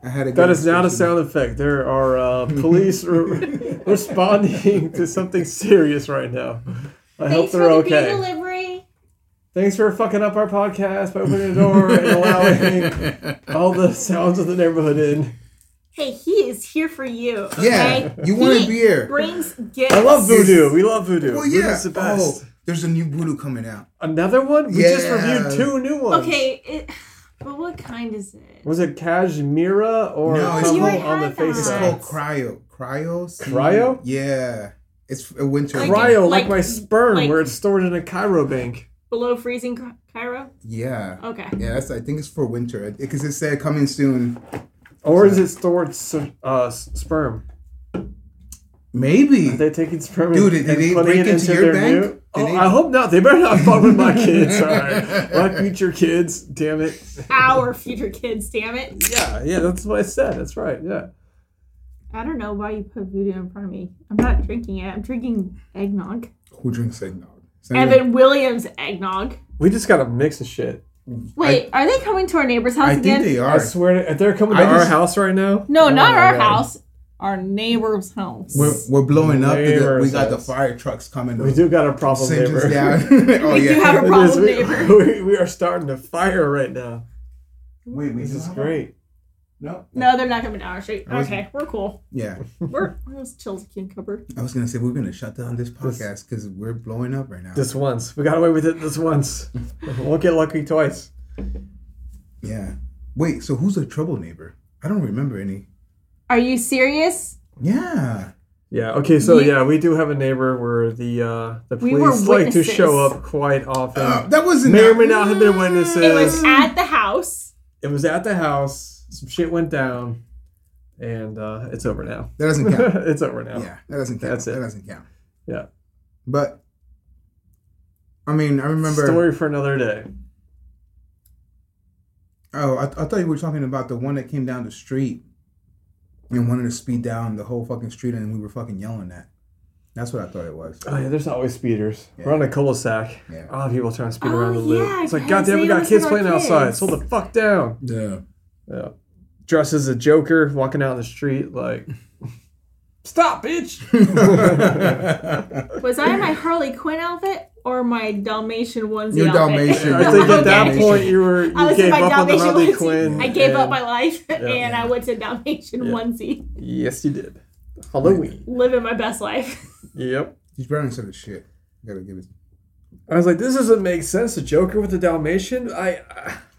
B: I had a
A: That is not a sound effect. There are uh, police re- responding to something serious right now. I hope
C: Thanks for
A: they're
C: the
A: okay.
C: beer delivery.
A: Thanks for fucking up our podcast by opening the door and allowing all the sounds of the neighborhood in.
C: Hey, he is here for you.
B: Yeah,
C: Okay?
B: you want a
C: He
B: beer.
C: Brings gifts.
A: I love voodoo. We love voodoo.
B: Well, yeah.
A: Voodoo's the
B: Oh,
A: best.
B: there's a new voodoo coming out.
A: Another one? We just
B: Yeah.
A: reviewed two new ones.
C: Okay, it, but what kind is it?
A: Was it Cashmira or
B: No, it's
A: Tumble
B: called-
A: on the face?
B: It's
C: Nice.
B: called cryo. Cryo. seed.
A: Cryo?
B: Yeah. It's a winter.
C: Like-
B: one.
A: cryo like,
C: like-
A: my sperm
C: like-
A: where it's stored in a cryo bank
C: Below freezing Chi- Cairo?
B: Yeah.
C: Okay.
B: Yeah, that's, I think it's for winter because it said coming soon.
A: or is it stored s- uh, s- sperm
B: Maybe.
A: are they taking sperm
B: Dude,
A: and,
B: did they
A: and putting
B: break
A: it
B: into
A: into, their
B: your bank?
A: new
B: Did
A: oh,
B: they-
A: i hope not they better not fuck with my kids all right my future kids damn it
C: Our future kids, damn it.
A: yeah yeah that's what i said that's right yeah
C: I don't know why you put voodoo in front of me. I'm not drinking it. I'm drinking eggnog.
B: Who drinks eggnog?
C: Evan Williams eggnog.
A: we just got a mix of shit
C: Wait, are they coming to our neighbor's house
B: I
C: again?
B: think they
A: i
B: are.
A: swear to, if they're coming to
B: I
A: our
B: just-
A: house right now
C: No,
A: oh
C: not
A: my
C: our
A: God.
C: house. Our neighbor's house.
B: We're, we're blowing up.
A: Neighbors
B: because we got the
A: house.
B: fire trucks coming.
A: we
B: to
A: do got a problem
B: send us
A: neighbor
B: down. oh,
C: We do have a
A: It
C: problem
A: is, we-
C: neighbor.
A: we, we are starting to fire right now
B: Wait, we
A: this
B: still
A: is
B: have
A: great
B: that? No.
C: No, they're not coming down our street.
B: I was-
C: Okay, we're cool.
B: Yeah.
C: We're, we're as chill as a cucumber.
B: I was going to say, we're going to shut down this podcast because we're blowing up right now.
A: This once. We got away with it this once. Won't get lucky twice.
B: yeah. Wait, so who's the trouble neighbor? I don't remember any.
C: Are you serious?
B: Yeah.
A: Yeah. Okay. So
C: You-
A: yeah, we do have a neighbor where the uh, the
C: We were
A: police like to
C: witnesses.
A: show up quite often.
B: Uh, that wasn't.
A: May or may not have been witnesses.
C: It was at the house.
A: It was at the house. Some shit went down, and uh, it's over now.
B: That doesn't count.
A: it's over now.
B: Yeah, that doesn't count.
A: That's it.
B: That doesn't count.
A: Yeah.
B: But I mean, I remember.
A: Story for another day.
B: Oh, I, I thought you were talking about the one that came down the street and wanted to speed down the whole fucking street, and we were fucking yelling at. That's what I thought it was.
A: Oh yeah, there's always speeders. We're on a cul-de-sac.
B: Yeah.
A: A lot of people trying to speed
C: Oh,
A: around the loop.
C: yeah,
A: it's like,
C: guys,
A: goddamn, we
C: they
A: got
C: always
A: kids
C: have our
A: playing outside.
C: kids.
A: Slow the fuck down.
B: Yeah.
A: Yeah. Dressed as a Joker, walking out in the street, like, stop, bitch.
C: Was I in my Harley Quinn outfit or my Dalmatian onesie
B: Your
C: outfit?
B: Dalmatian.
A: I think at that
B: Okay.
A: point you were you
C: I was in
A: gave
C: my
A: up on the
C: Dalmatian
A: Harley
C: onesie.
A: Quinn.
C: I gave up
A: and-
C: my life and I went to Dalmatian onesie,
A: Yes, you did. Halloween.
C: living my best life.
A: Yep.
B: He's burning some of the shit. Gotta give it.
A: I was like, this doesn't make sense. The Joker with the Dalmatian. I,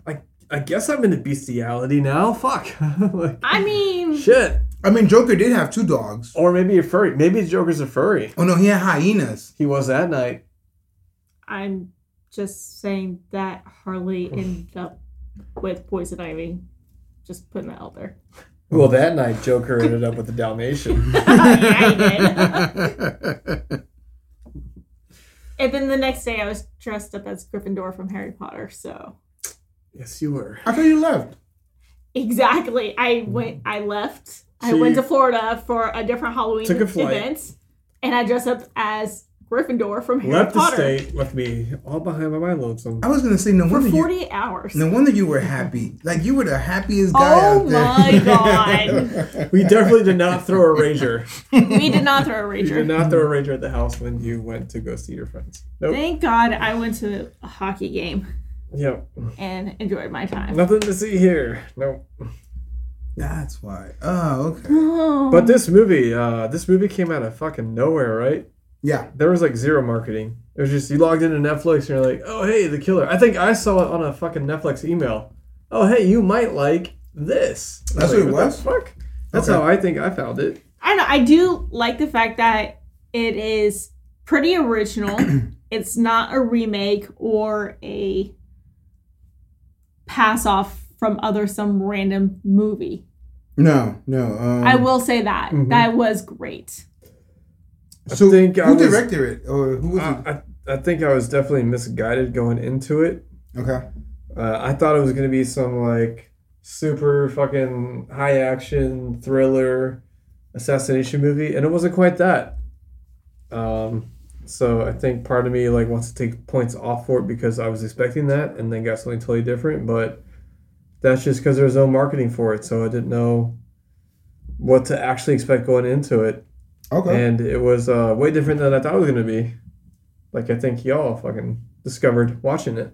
A: I, I guess I'm into bestiality now. Fuck. like,
C: I mean,
A: shit.
B: I mean, Joker did have two dogs.
A: Or maybe a furry. Maybe Joker's a furry.
B: Oh no, he had hyenas.
A: He was that night.
C: I'm just saying that Harley ended up with poison ivy. Just putting that out there.
A: Well, that night Joker ended up with a Dalmatian.
C: yeah, I did. And then the next day, I was dressed up as Gryffindor from Harry Potter. So
A: yes, you were.
B: After you left,
C: exactly, I went. I left. I
A: So
C: went
A: you-
C: to Florida for a different Halloween
A: Took a flight.
C: event, and I dressed up as Gryffindor from Harry
A: left the
C: Potter
A: state, left me all behind by my lonesome.
B: I was gonna say no
C: for
B: wonder you,
C: forty hours.
B: no wonder you were happy. Like you were the happiest guy
C: Oh
B: out
C: my
B: there.
C: god!
A: We definitely did not throw a rager.
C: We did not throw a
A: You did
C: rager.
A: not throw a rager at the house when you went to go see your friends. Nope.
C: Thank God I went to a hockey game
A: Yep.
C: and enjoyed my time.
A: Nothing to see here. Nope.
B: That's why. Oh, okay.
A: But this movie, uh, this movie came out of fucking nowhere, right?
B: Yeah.
A: There was like zero marketing. It was just you logged into Netflix and you're like, oh hey, the killer. I think I saw it on a fucking Netflix email. Oh hey, you might like this. I like,
B: That's what it
A: the
B: was?
A: fuck. That's
B: Okay.
A: how I think I found it.
C: I don't know. I do like the fact that it is pretty original. it's not a remake or a pass off from other some random movie.
B: No, no. Um,
C: I will say that
A: Mhm.
C: that was great.
B: So
A: I think
B: who
A: I was-
B: directed it, or who was
A: Uh, I I think I was definitely misguided going into it.
B: it? Okay.
A: Uh, I thought it was gonna be some like super fucking high action thriller assassination movie, and it wasn't quite that. Um, so I think part of me like wants to take points off for it because I was expecting that, and then got something totally different. But that's just because there was no marketing for it, so I didn't know what to actually expect going into it
B: Okay.
A: and it was uh, way different than I thought it was gonna be. Like I think y'all fucking discovered watching it.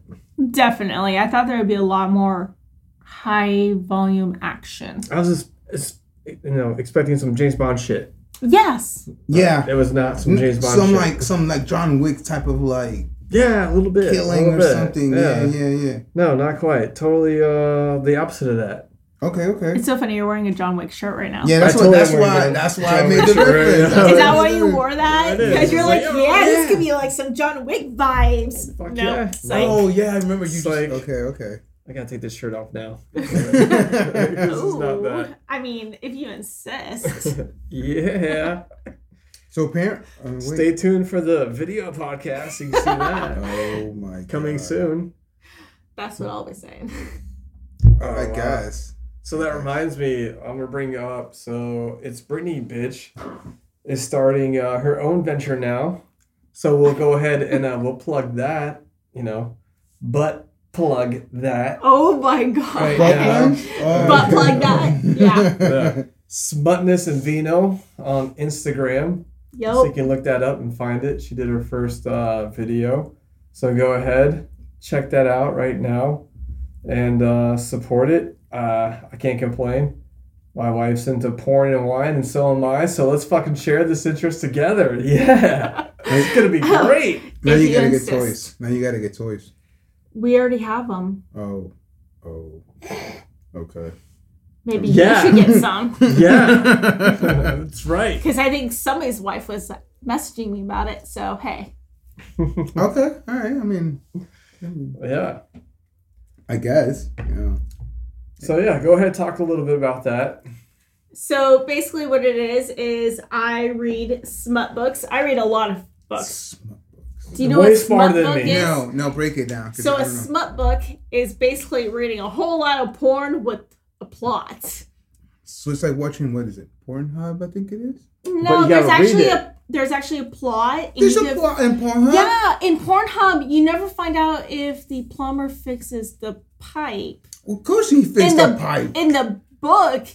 C: Definitely, I thought there would be a lot more high volume action.
A: I was just, it's, you know, expecting some James Bond shit.
C: Yes,
B: yeah.
A: It was not some Uh, James Bond.
B: some
A: shit.
B: like some like John Wick type of like
A: yeah, a little bit, a
B: killing
A: little
B: or
A: bit.
B: something. Yeah. yeah, yeah,
A: No, not quite. Totally uh, the opposite of that.
B: Okay, okay.
C: it's so funny. You're wearing a John Wick shirt right now.
B: Yeah, that's
A: I
B: what.
A: totally
B: that's
A: am wearing
B: why.
A: it.
B: That's why I
A: John
B: made the
A: Wick, right?
B: reference.
A: Yeah.
C: Is
B: That's
C: that why
B: what I
C: you
B: did.
C: wore that?
A: Yeah, it is.
C: Because you're
A: It's
C: like,
A: like, oh,
C: yeah, this
B: yeah.
C: could be like some John Wick vibes.
A: Fuck
C: no,
A: yeah.
C: it's like-
B: Oh yeah, I remember you.
A: It's
B: Just,
A: like-
B: okay, okay.
A: I gotta take this shirt off now.
B: This
A: this is not
C: Ooh,
A: that.
C: I mean, if you insist.
A: yeah.
B: So parent. Uh, wait.
A: Stay tuned for the video podcast. You can see that
B: Oh my.
A: coming
B: God.
A: soon.
C: That's what I'll be saying.
A: Oh,
B: I
A: wow.
B: guess.
A: So that reminds me, I'm gonna bring you up. So it's Brittany, bitch, is starting uh, her own venture now. So we'll go ahead and uh, we'll plug that, you know, but plug that
C: Oh my god.
A: Right,
B: Butt
A: Yeah.
B: plug? Oh,
C: Butt
B: okay.
C: plug that. Yeah.
A: Yeah. Smutness and Vino on Instagram. So you
C: Yo.
A: can look that up and find it. She did her first uh, video. So go ahead, check that out right now and uh, support it. Uh, I can't complain. My wife's into porn and wine, and so am I. So let's fucking share this interest together. Yeah. it's going to be great.
B: Now
C: If
B: you
C: you
B: gotta get
C: insist.
B: toys. Now you gotta get toys.
C: We already have them.
B: Oh, oh. Okay.
C: Maybe
A: Yeah.
C: you should get some.
A: Yeah. That's right.
C: Because I think somebody's wife was messaging me about it. So, hey.
B: Okay. All right. I mean,
A: Yeah.
B: I guess. Yeah.
A: So, yeah, go ahead, talk a little bit about that.
C: So, basically, what it is, is I read smut books. I read a lot of books. Do you know
A: Way
C: what smut
A: smarter than
C: book
A: me.
C: is?
B: No, no. Break it down. 'cause
C: So
B: I
C: a
B: don't know.
C: smut book is basically reading a whole lot of porn with a plot.
B: So it's like watching what is it? Pornhub, I think it is.
A: But
C: No,
A: you
C: there's
A: gotta read
C: actually
A: it.
C: a there's actually a plot. and
B: There's
C: you
B: a
C: can-
B: plot in Pornhub.
C: Yeah, in Pornhub, you never find out if the plumber fixes the pipe.
B: Well, of course he fixed
C: in
B: the, pipe.
C: In the book,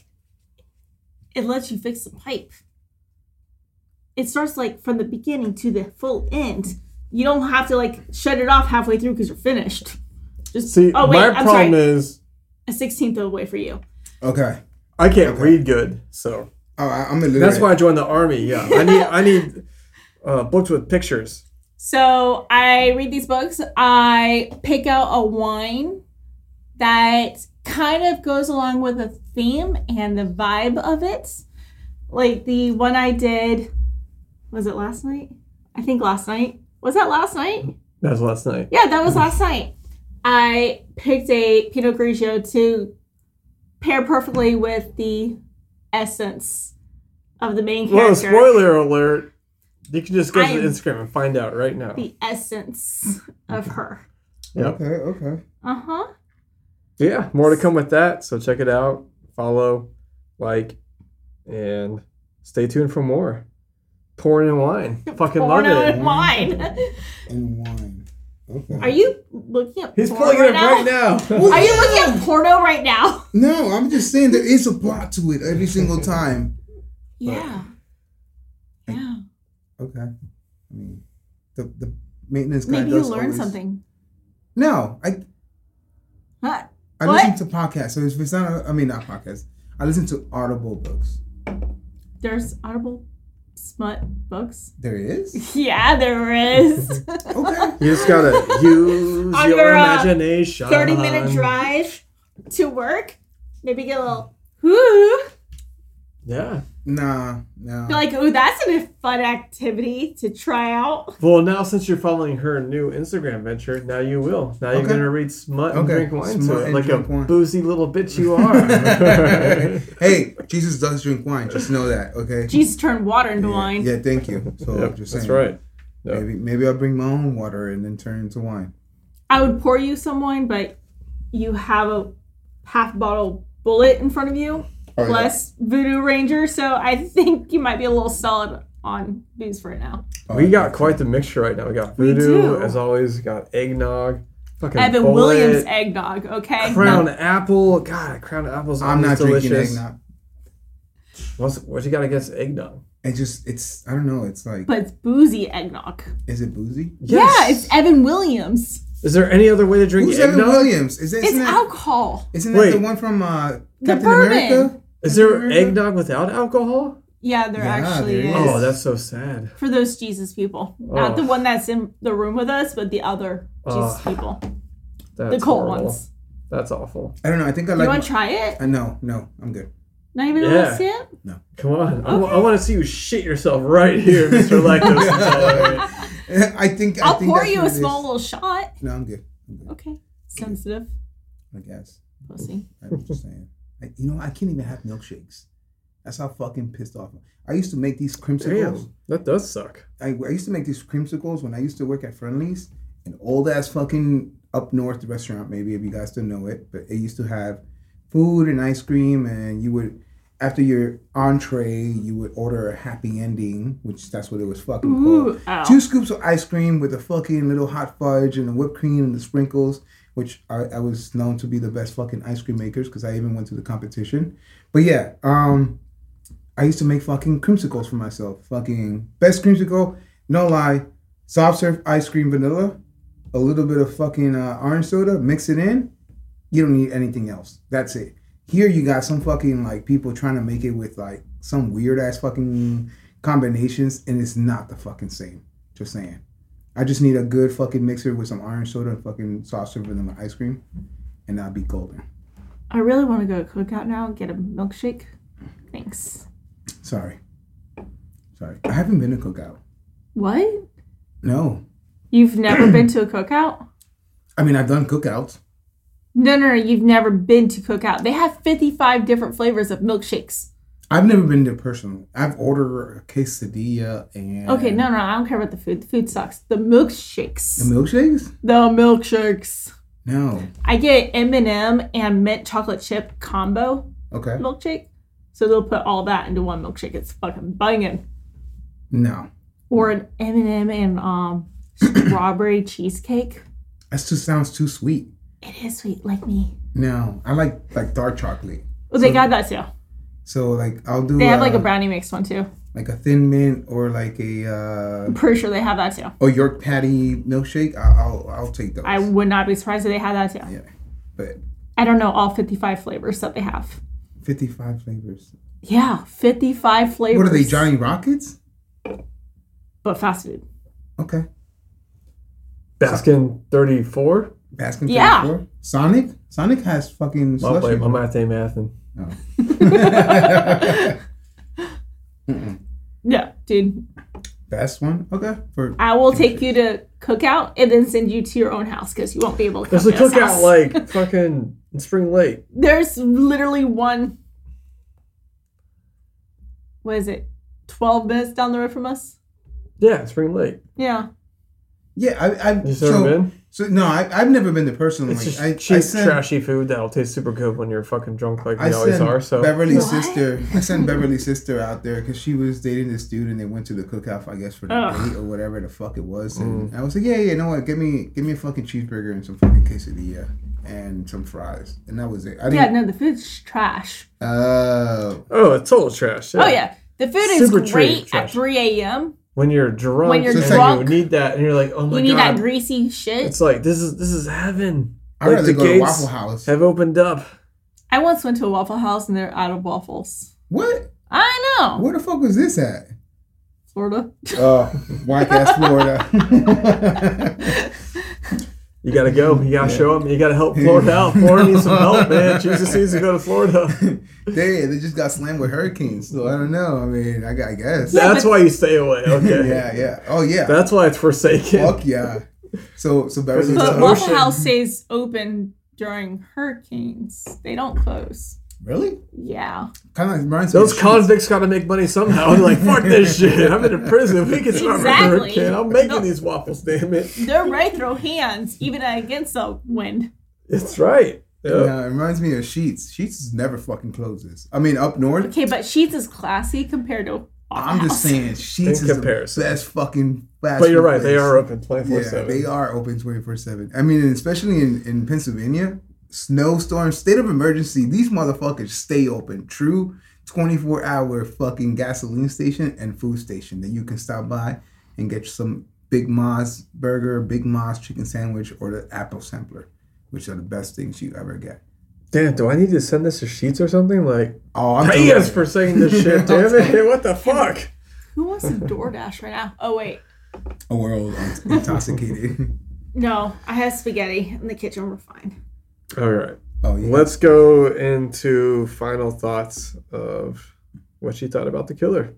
C: it lets you fix the pipe. It starts like from the beginning to the full end. You don't have to like shut it off halfway through because you're finished. Just oh wait, I'm sorry,
A: is
C: a sixteenth of the way for you.
B: Okay.
A: I can't read good. So,
B: Oh, I, I'm illiterate.
A: that's why I joined the army. Yeah. I need, I need uh, books with pictures.
C: So I read these books. I pick out a wine that kind of goes along with the theme and the vibe of it. Like the one I did, was it last night? I think last night. Was that last night?
A: That was last night.
C: Yeah, that was last night. I picked a Pinot Grigio to pair perfectly with the essence of the main
A: Well,
C: character.
A: spoiler alert. You can just go to
C: I'm-
A: the Instagram and find out right now.
C: The essence of her.
A: Yep.
B: Okay, okay.
C: Uh huh.
A: Yeah, more to come with that. So check it out, follow, like, and stay tuned for more. Pouring in wine. Fucking love
C: Porno
A: it. Mm-hmm.
C: and wine.
B: And wine. Okay.
C: Are you looking at?
A: He's
C: porn
A: pulling it up
C: now?
A: right now.
B: Well,
C: Are you looking at porno right now?
B: No, I'm just saying there is a plot to it every single time.
C: Yeah. Yeah.
B: Okay. I mean, the the maintenance guy
C: Maybe you
B: does
C: learned
B: always-
C: something.
B: No, I
C: Huh?
B: I
C: What?
B: listen to podcasts. So if it's not, I mean, not podcasts. I listen to audible books.
C: There's audible smut books.
B: There is.
C: Yeah, there is.
B: Okay.
A: You just gotta use
C: On
A: your,
C: your, uh,
A: imagination.
C: 30 minute drive to work. Maybe get a little, ooh.
A: Yeah.
B: nah, nah.
C: Be like, ooh, that's a fun activity to try out.
A: Well, now since you're following her new Instagram venture, now you will. Now you're
B: Okay.
A: gonna read smut and
B: Okay.
A: drink wine
B: Smut
A: to it,
B: and
A: like a
B: drink wine.
A: boozy little bitch you are.
B: hey, Jesus does drink wine. Just know that, okay?
C: Jesus turned water into
B: yeah,
C: wine.
B: Yeah, thank you. So
A: Yep,
B: just saying.
A: that's right. Yep.
B: Maybe maybe I'll bring my own water and then turn it into wine.
C: I would pour you some wine, but you have a half bottle bullet in front of you,
B: Oh,
C: plus Voodoo Ranger. So I think you might be a little solid on booze right now.
B: yeah.
A: We got quite the mixture right now. We got
C: We
A: voodoo,
C: do.
A: as always. We got eggnog, fucking
C: Evan
A: bullet,
C: Williams eggnog, okay?
A: crown apple. God, crown apple's
B: I'm not
A: always delicious.
B: drinking eggnog.
A: What's, what you got against eggnog?
B: It just it's I don't know. It's like
C: But it's boozy eggnog.
B: is it boozy?
C: Yeah, it's Evan Williams.
A: Is there any other way to drink
B: Who's Evan
A: eggnog?
B: Williams? Is that,
C: It's
B: isn't that
C: alcohol.
B: isn't that the
A: Wait.
B: one from uh,
C: The
B: Captain
C: bourbon.
B: America?
A: Is there
B: Evan
A: eggnog without alcohol?
C: Yeah, there
B: Yeah,
C: actually
B: there
C: is.
B: Yes.
A: Oh, that's so sad.
C: For those Jesus people. Not
A: Oh.
C: the one that's in the room with us, but the other Jesus people.
A: That's
C: The cold
A: horrible.
C: ones.
A: That's awful.
B: I don't know. I think I
C: you want
B: like.
C: to try it?
B: I no, no, I'm good.
C: Not even a
A: Yeah.
C: little sip?
A: Come on, I
C: Okay.
A: want to see you shit yourself right here, Mr. Lactose Intolerant.
B: I think I
C: I'll
B: think
C: pour
B: that's
C: you
B: what
C: a
B: it is.
C: small little shot.
B: No, I'm good. I'm good.
C: Okay. Sensitive.
B: I guess.
C: Pussy.
B: I'm just saying. I, you know, I can't even have milkshakes. That's how fucking pissed off. I used to make these crimsicles.
A: Damn, that does suck.
B: I, I used to make these creamsicles when I used to work at Friendly's, an old ass fucking up north restaurant, maybe if you guys don't know it, but it used to have food and ice cream, and you would, after your entree, you would order a happy ending, which that's what it was fucking
C: Ooh,
B: called.
C: ow.
B: Two scoops of ice cream with a fucking little hot fudge and the whipped cream and the sprinkles, which I, I was known to be the best fucking ice cream makers because I even went to the competition. But yeah, um, I used to make fucking creamsicles for myself. Fucking best creamsicle, no lie. Soft serve ice cream vanilla, a little bit of fucking uh, orange soda, mix it in. You don't need anything else. That's it. Here you got some fucking like people trying to make it with like some weird ass fucking combinations, and it's not the fucking same. Just saying. I just need a good fucking mixer with some orange soda and fucking soft serve vanilla ice cream, and I'll be golden.
C: I really want to go to cookout now and get a milkshake. Thanks.
B: Sorry. Sorry. I haven't been to cookout.
C: What?
B: No,
C: You've never been to a cookout?
B: I mean, I've done cookouts.
C: No, no, no. You've never been to cookout. They have 55 different flavors of milkshakes.
B: I've never been there personally. I've ordered a quesadilla and
C: Okay, no, no, I don't care about the food. The food sucks. The milkshakes.
B: the milkshakes.
C: The milkshakes.
B: No,
C: I get M and M and mint chocolate chip combo
B: okay,
C: milkshake. So they'll put all that into one milkshake. It's fucking banging.
B: no,
C: Or an M and M and um strawberry cheesecake.
B: that just sounds too sweet.
C: It is sweet, like me.
B: No, I like like dark chocolate.
C: Well, they got that too.
B: So like I'll do
C: They have like a
B: uh,
C: brownie mix one too.
B: like a thin mint or like a uh,
C: I'm pretty sure they have that too.
B: or York patty milkshake. I'll I'll, I'll take those.
C: I would not be surprised if they had that too.
B: yeah, but
C: I don't know all 55 flavors that they have.
B: fifty five flavors.
C: Yeah, 55 flavors.
B: What are they, Johnny Rockets?
C: But fast food.
B: Okay,
A: Baskin 34.
B: Baskin
C: Yeah.
B: 34. Sonic. Sonic has fucking
A: My, play,
B: slushy.
A: my math ain't math. And
B: Oh. Mm-mm.
C: No, dude.
B: Best one? Okay. For
C: I will take you to cookout and then send you to your own house because you won't be able to come
A: There's a
C: to us
A: cookout
C: house.
A: like fucking in Spring Lake.
C: There's literally one. What is it? 12 minutes down the road from us?
A: Yeah, Spring Lake.
C: Yeah.
B: Yeah, I I've
A: You
B: so,
A: ever been?
B: so no, I I've never been there personally.
A: It's just
B: I,
A: cheap,
B: I sent,
A: trashy food that'll taste super good when you're fucking drunk like we
B: I
A: always
B: sent
A: are. So
B: Beverly's
C: What?
B: sister. I sent Beverly's sister out there because she was dating this dude and they went to the cookout, I guess, for the
C: Ugh.
B: date or whatever the fuck it was. And
A: Mm.
B: I was like, yeah, yeah, you know what? Give me, give me a fucking cheeseburger and some fucking quesadilla and some fries, and that was it. I
C: Yeah,
B: didn't.
C: no, the food's trash.
B: Uh,
A: oh, it's total trash.
C: Oh, yeah. The food is
A: Super
C: great
A: trash.
C: at 3 a.m.
A: When you're drunk,
C: When you're
A: and
C: drunk,
A: you need that, and you're like, oh my
C: You need
A: god,
C: that greasy shit.
A: it's like this is this is heaven.
B: I'd
A: like
B: rather
A: the
B: go to
A: gates
B: Waffle House.
A: have opened up.
C: I once went to a Waffle House and they're out of waffles.
B: What?
C: I know.
B: Where the fuck was this at?
C: Florida.
B: Uh, White Ass Florida.
A: You gotta go. You gotta show up. You gotta help Florida out. Florida needs some help, man. Jesus needs to go to Florida.
B: they they just got slammed with hurricanes, so I don't know. I mean, I, I guess.
A: That's why you stay away. Okay.
B: yeah, yeah. Oh yeah.
A: That's why it's forsaken.
B: Fuck yeah. So so Beverly
A: It's
C: But
A: an
B: Hills-
A: ocean.
C: Waffle House stays open during hurricanes. They don't close.
B: really
C: Yeah.
B: kind of reminds me. of
A: Those
B: Sheets.
A: convicts gotta make money somehow. They're like, fuck this shit. I'm in a prison. We can start
C: Exactly.
A: a hurricane. I'm making
C: No.
A: these waffles, damn it.
C: Their right throw hands, even against the wind.
A: It's right. Uh, Yeah.
B: Yeah, it reminds me of Sheets. Sheets never fucking closes. I mean, up north.
C: Okay, but Sheets is classy compared to Waffle
B: I'm just
C: House.
B: saying, Sheets
A: In
B: is
A: comparison.
B: the best fucking fast
A: But you're
B: food
A: right. They
B: place.
A: are open 24
B: Yeah,
A: 7.
B: they are open 24 7. I mean, and especially in, in Pennsylvania, snowstorm, state of emergency, these motherfuckers stay open. True 24 hour fucking gasoline station and food station that you can stop by and get some Big Ma's burger, Big Ma's chicken sandwich, or the apple sampler, which are the best things you ever get.
A: Damn, do I need to send this to Sheets or something? Like,
B: Oh, I'm
A: pay us
B: yes.
A: for saying this shit, damn it. What the fuck?
C: Who wants a DoorDash right now? Oh, wait.
B: a world int- intoxicated.
C: No, I have spaghetti in the kitchen. We're fine.
A: All right.
B: oh, yeah.
A: Let's go into final thoughts of what you thought about the killer.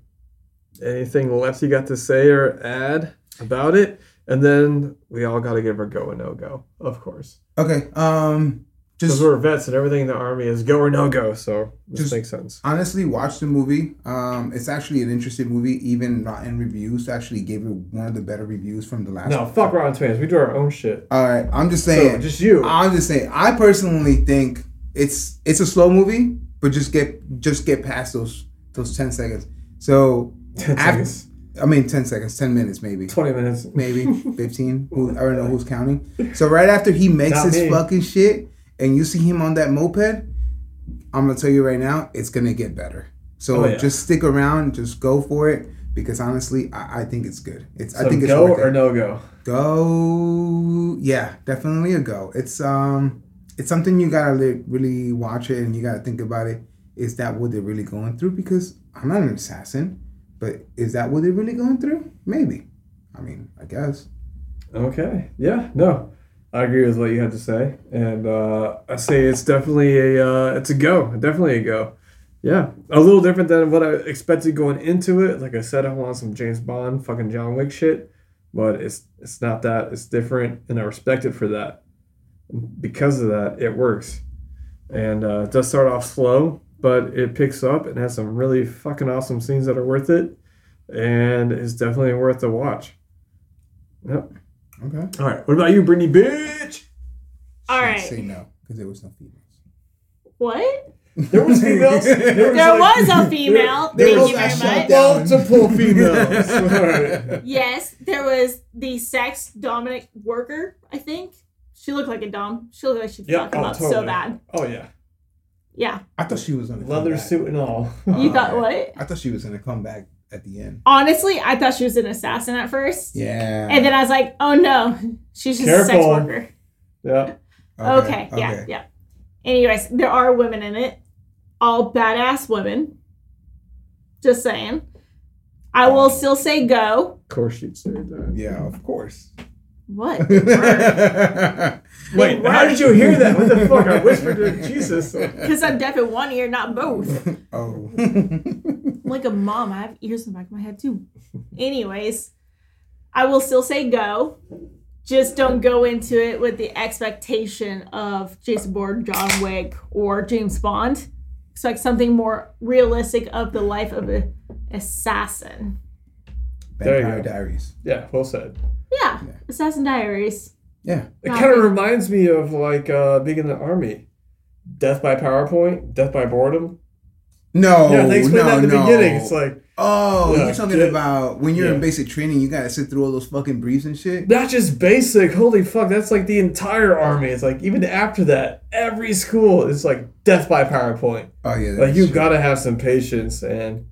A: Anything left you got to say or add about it? And then we all got to give her go and no go, of course.
B: Okay. Um,
A: Because
B: just
A: we're vets and everything in the army is go or no go. So this
B: Just-
A: makes sense.
B: honestly watch the movie um it's actually an interesting movie even rotten reviews actually gave it one of the better reviews from the last
A: No, fuck Rotten Tomatoes. We do our own shit.
B: all right i'm just
A: So
B: saying
A: just you.
B: i'm just saying i personally think it's it's a slow movie but just get just get past those those 10 seconds so
A: 10
B: af-
A: seconds.
B: i mean 10 seconds 10 minutes maybe
A: 20 minutes.
B: maybe 15 who, i don't know who's counting so right after he makes
A: Not
B: his
A: me.
B: fucking shit and you see him on that moped i'm gonna tell you right now it's gonna get better so
A: Oh, yeah.
B: just stick around just go for it because honestly i, I think it's good it's i
A: So
B: think it's
A: go
B: worth
A: or
B: it.
A: no go.
B: go yeah definitely a go it's um it's something you gotta li- really watch it and you gotta think about it is that what they're really going through because i'm not an assassin but is that what they're really going through maybe i mean i guess
A: Okay. Yeah. No, I agree with what you had to say, and uh, I say it's definitely a uh, it's a go, definitely a go. Yeah, a little different than what I expected going into it. Like I said, I want some James Bond, fucking John Wick shit, but it's it's not that. It's different, and I respect it for that. Because of that, it works, and uh, it does start off slow, but it picks up and has some really fucking awesome scenes that are worth it, and it's definitely worth the watch. Yep.
B: Okay.
A: All right. What about you, Brittany, bitch?
C: All
B: Should
C: right.
B: Say no because there was no females.
C: What?
A: There was females. There was,
C: There
A: like-
C: was a female.
A: there
C: Thank
A: was
C: you
A: a
C: very
B: shot
C: much.
B: down.
A: multiple females. All right.
C: Yes, there was the sex dominant worker, I think. She looked like a dom. She looked like she'd
A: Yeah,
C: fuck him
A: oh,
C: up so
A: totally.
C: bad.
A: Oh yeah,
C: Yeah.
B: I thought she was gonna come
A: leather
B: back.
A: suit and all.
C: You got
B: Uh,
C: what?
B: I thought she was gonna come back at the end.
C: Honestly, I thought she was an assassin at first.
B: Yeah.
C: And then I was like, oh no, she's just a sex
A: Careful.
C: worker.
A: Yeah.
C: Okay, yeah, yeah. Anyways, there are women in it, all badass women. Just saying. I
A: Oh.
C: will still say go.
A: Of course she'd say that.
B: Yeah, of course.
C: What?
A: Wait, how did you hear that? What the fuck? I whispered to Jesus.
C: Because I'm deaf in one ear, not both.
B: oh.
C: I'm like a mom. I have ears in the back of my head too. Anyways, I will still say go. Just don't go into it with the expectation of Jason Bourne, John Wick, or James Bond. Expect something more realistic of the life of an assassin.
A: There you
B: Vampire
A: go.
B: Diaries.
A: Yeah, well said.
C: Yeah, Assassin Diaries.
B: Yeah.
A: It
C: Wow.
A: kind of reminds me of like uh, being in the army. Death by PowerPoint, death by boredom.
B: No.
A: yeah, they explained
B: no,
A: that in the
B: no.
A: beginning. It's like
B: Oh,
A: Yeah,
B: you're talking
A: yeah.
B: about when you're
A: Yeah.
B: in basic training, you gotta sit through all those fucking briefs and shit.
A: not just basic. Holy fuck, that's like the entire army. It's like even after that, every school is like death by PowerPoint.
B: Oh yeah,
A: Like
B: that's
A: you
B: true.
A: gotta have some patience and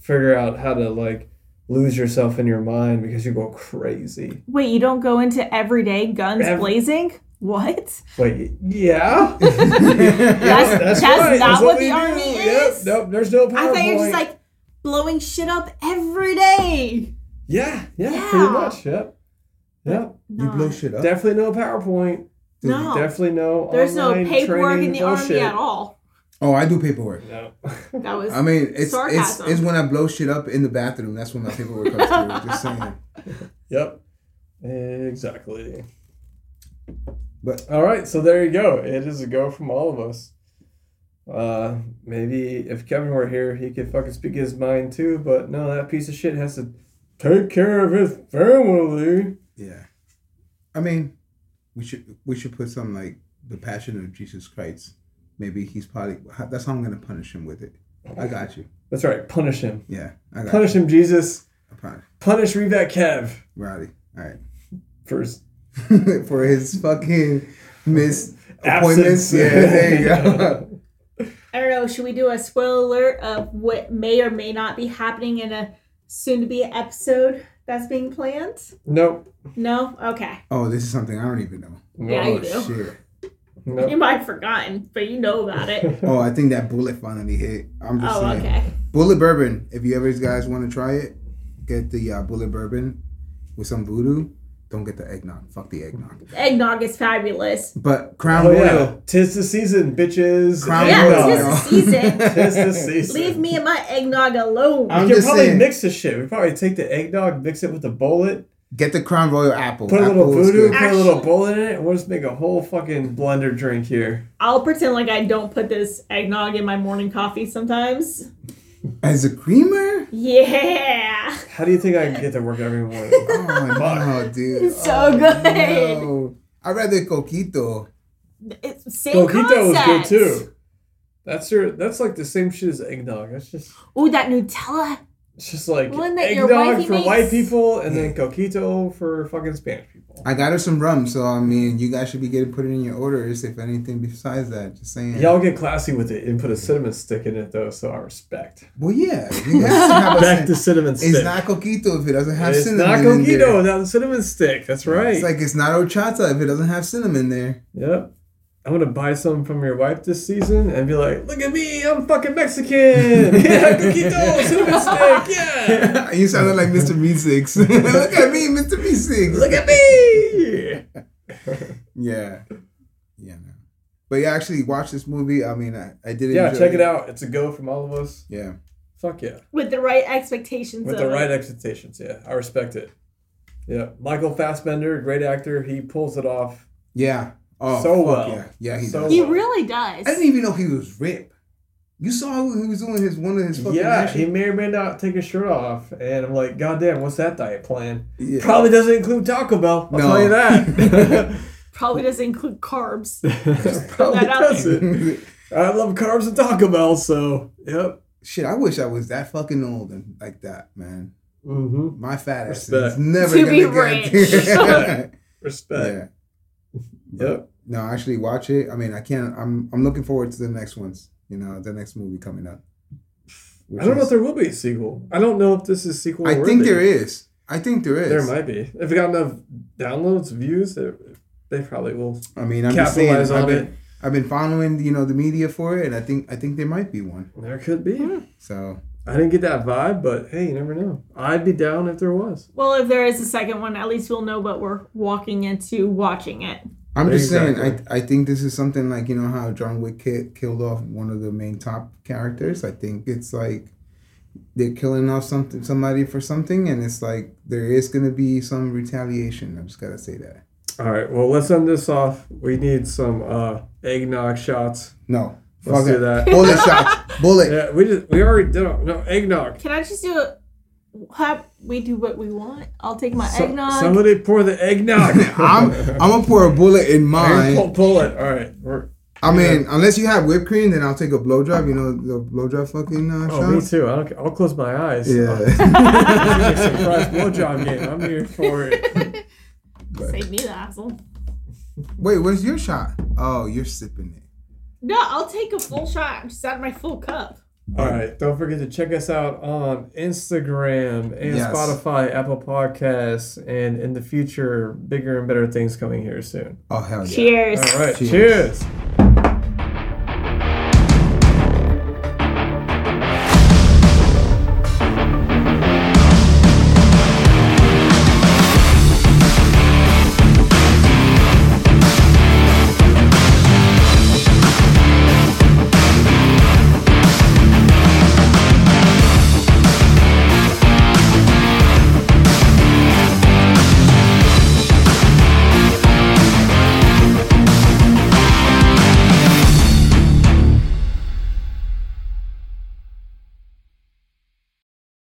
A: figure out how to like lose yourself in your mind because you go crazy.
C: Wait, you don't go into everyday guns
A: Ev-
C: blazing? What?
A: Wait, yeah.
C: That's-
A: That's,
C: that's
A: right.
C: not what
A: we
C: the
A: do.
C: army
A: Yep,
C: is.
A: Nope. There's no PowerPoint.
C: I thought you were just like blowing shit up every day.
A: yeah, yeah,
C: Yeah.
A: pretty much. Yep. Yep.
B: You blow
C: Nah.
B: shit up.
A: Definitely no PowerPoint.
B: dude.
C: No.
A: Definitely no.
C: There's no
A: online
C: paperwork
A: training
C: in the
A: bullshit.
C: army at all.
B: Oh, I do paperwork.
A: No.
C: That was
B: I mean, it's it's,
C: Sarcasm.
B: it's when I blow shit up in the bathroom. That's when my paperwork comes through. Just saying.
A: yep. Exactly.
B: But-
A: all right, so there you go. It is a go from all of us. Uh, maybe if Kevin were here, he could fucking speak his mind too. But no, that piece of shit has to take care of his family.
B: Yeah. I mean, we should we should put some like the Passion of Jesus Christ. Maybe he's probably that's how I'm gonna punish him with it. I got you.
A: That's right. Punish him.
B: Yeah, I got
A: Punish him, Jesus.
B: you. I punish
A: Punish Revet Kev
B: Roddy. All right.
A: first.
B: for his fucking missed
A: Absence.
B: appointments. Yeah, there you go.
C: I don't know. Should we do a spoiler alert of what may or may not be happening in a soon to be episode that's being planned?
A: Nope.
C: No? Okay.
B: oh, this is something I don't even know. Oh,
C: Yeah,
A: No,
C: you do.
B: Shit.
C: You
A: Nope.
C: might have forgotten, but you know about it.
B: Oh, I think that bullet finally hit. I'm just
C: Oh,
B: saying.
C: okay.
B: Bullet bourbon. If you ever guys want to try it, get the uh, bullet bourbon with some voodoo. Don't get the eggnog. Fuck the eggnog.
C: Eggnog is fabulous.
B: But Crown
A: Oh
B: Royal.
A: yeah. Tis the season, bitches.
B: Crown
C: Yeah,
B: Royal.
C: tis the season.
A: Tis the season.
C: Leave me and my eggnog alone.
B: I'm
A: We could
B: just
A: probably
B: saying.
A: mix this shit. We probably take the eggnog, mix it with the bullet,
B: Get the Crown Royal apple.
A: put a little
B: Apple is
A: voodoo,
B: good.
A: put a little
C: Actually-
A: bullet in it, and we'll just make a whole fucking blender drink here.
C: I'll pretend like I don't put this eggnog in my morning coffee sometimes.
B: As a creamer?
C: Yeah.
A: How do you think I can get to work every morning?
B: Oh no, dude.
C: It's so
B: Oh,
C: good.
B: no. I'd rather coquito.
C: It's same
A: Coquito was good
C: concept.
A: too. That's your. That's like the same shit as eggnog. That's just.
C: Ooh, that Nutella.
A: It's just like
C: One that your
A: eggnog
C: wifey
A: for
C: makes.
A: white people, and then coquito for fucking Spanish people.
B: I got her some rum, so I mean, you guys should be getting put it in your orders if anything besides that. Just saying.
A: Y'all get classy with it and put a cinnamon stick in it though, so I respect.
B: Well, yeah. You have to have a
A: Back to
B: cin-
A: cinnamon stick.
B: It's not coquito if it doesn't have
A: It's
B: cinnamon.
A: not
B: in there.
A: coquito without the cinnamon stick. That's right.
B: It's like it's not horchata if it doesn't have cinnamon there.
A: Yep. I'm gonna buy some from your wife this season and be like, look at me, I'm fucking Mexican. Yeah, coquito, cinnamon stick, yeah.
B: you sounded like Mr. B6. Look at me, Mr. B6.
A: Look at me.
B: Yeah. Yeah, man. But yeah, actually watch this movie. I mean, I, I did
A: Yeah,
B: enjoy
A: check it out. It's a go from all of us.
B: Yeah.
A: Fuck yeah.
C: With the right expectations
A: With
C: of
A: the
C: it.
A: right expectations, yeah. I respect it. Yeah. Michael Fassbender, great actor, he pulls it off.
B: Yeah. Oh,
A: So
B: fuck
A: well.
B: Yeah, yeah he
A: So
B: does.
C: He
A: well.
C: really does.
B: I didn't even know he was ripped. You saw he was doing his one of his fucking
A: yeah, he
B: actions?
A: may or may not take his shirt off. And I'm like, God damn, what's that diet plan?
B: Yeah.
A: Probably doesn't include Taco Bell. I'll
B: No.
A: tell you that.
C: Probably doesn't include carbs.
A: Probably
C: that out
A: doesn't. I love carbs and Taco Bell, so yep.
B: Shit, I wish I was that fucking old and like that, man.
A: Mm-hmm.
B: My fat ass
A: Respect.
B: is never
C: To
B: gonna
C: be
B: get
C: rich.
A: Respect.
B: yeah.
A: Yep.
B: No, actually watch it. I mean, I can't. I'm I'm looking forward to the next ones. You know, the next movie coming up. Which
A: I don't know
B: is-
A: if there will be a sequel. I don't know if this is sequel.
B: I think there is. I think there is.
A: There might be. If it got enough downloads, views, it, they probably will
B: I mean, I'm just saying.
A: capitalize
B: I've
A: on
B: been,
A: it.
B: I've been following you know the media for it, and I think I think there might be one.
A: There could be.
B: Hmm. So
A: I didn't get that vibe, but hey, you never know. I'd be down if there was.
C: well, if there is a second one, at least we'll know what we're walking into watching it.
B: I'm just saying.
A: Exactly.
B: I I think this is something like you know how John Wick ki- killed off one of the main top characters. I think it's like they're killing off something somebody for something, and it's like there is gonna be some retaliation. I'm just gotta say that.
A: All right. Well, let's end this off. We need some uh, eggnog shots.
B: No.
A: Let's
B: Fuck
A: do
B: it.
A: that.
B: Bullet shots. Bullet.
A: Yeah, we just we already did all- no eggnog.
C: Can I just do it? Have we do what we want? I'll take my
A: So-
C: eggnog.
A: somebody pour the eggnog.
B: I'm I'm gonna pour a bullet in
A: Hey,
B: mine.
A: pull, pull it. All right. We're,
B: I mean, unless you have whipped cream, then I'll take a blowjob. You know the blowjob fucking uh,
A: oh, me
B: shots.
A: too. I don't, ca- I'll close my eyes.
B: Yeah.
A: I'll surprise blowjob game. I'm here for it.
C: Save me the asshole.
B: Wait, where's your shot? Oh, you're sipping it.
C: No, I'll take a full shot. I'm just out of my full cup.
A: All right. Don't forget to check us out on Instagram and
B: Yes.
A: Spotify, Apple Podcasts, and in the future, bigger and better things coming here soon.
B: Oh hell yeah.
C: Cheers.
A: All right.
B: Cheers.
A: Cheers.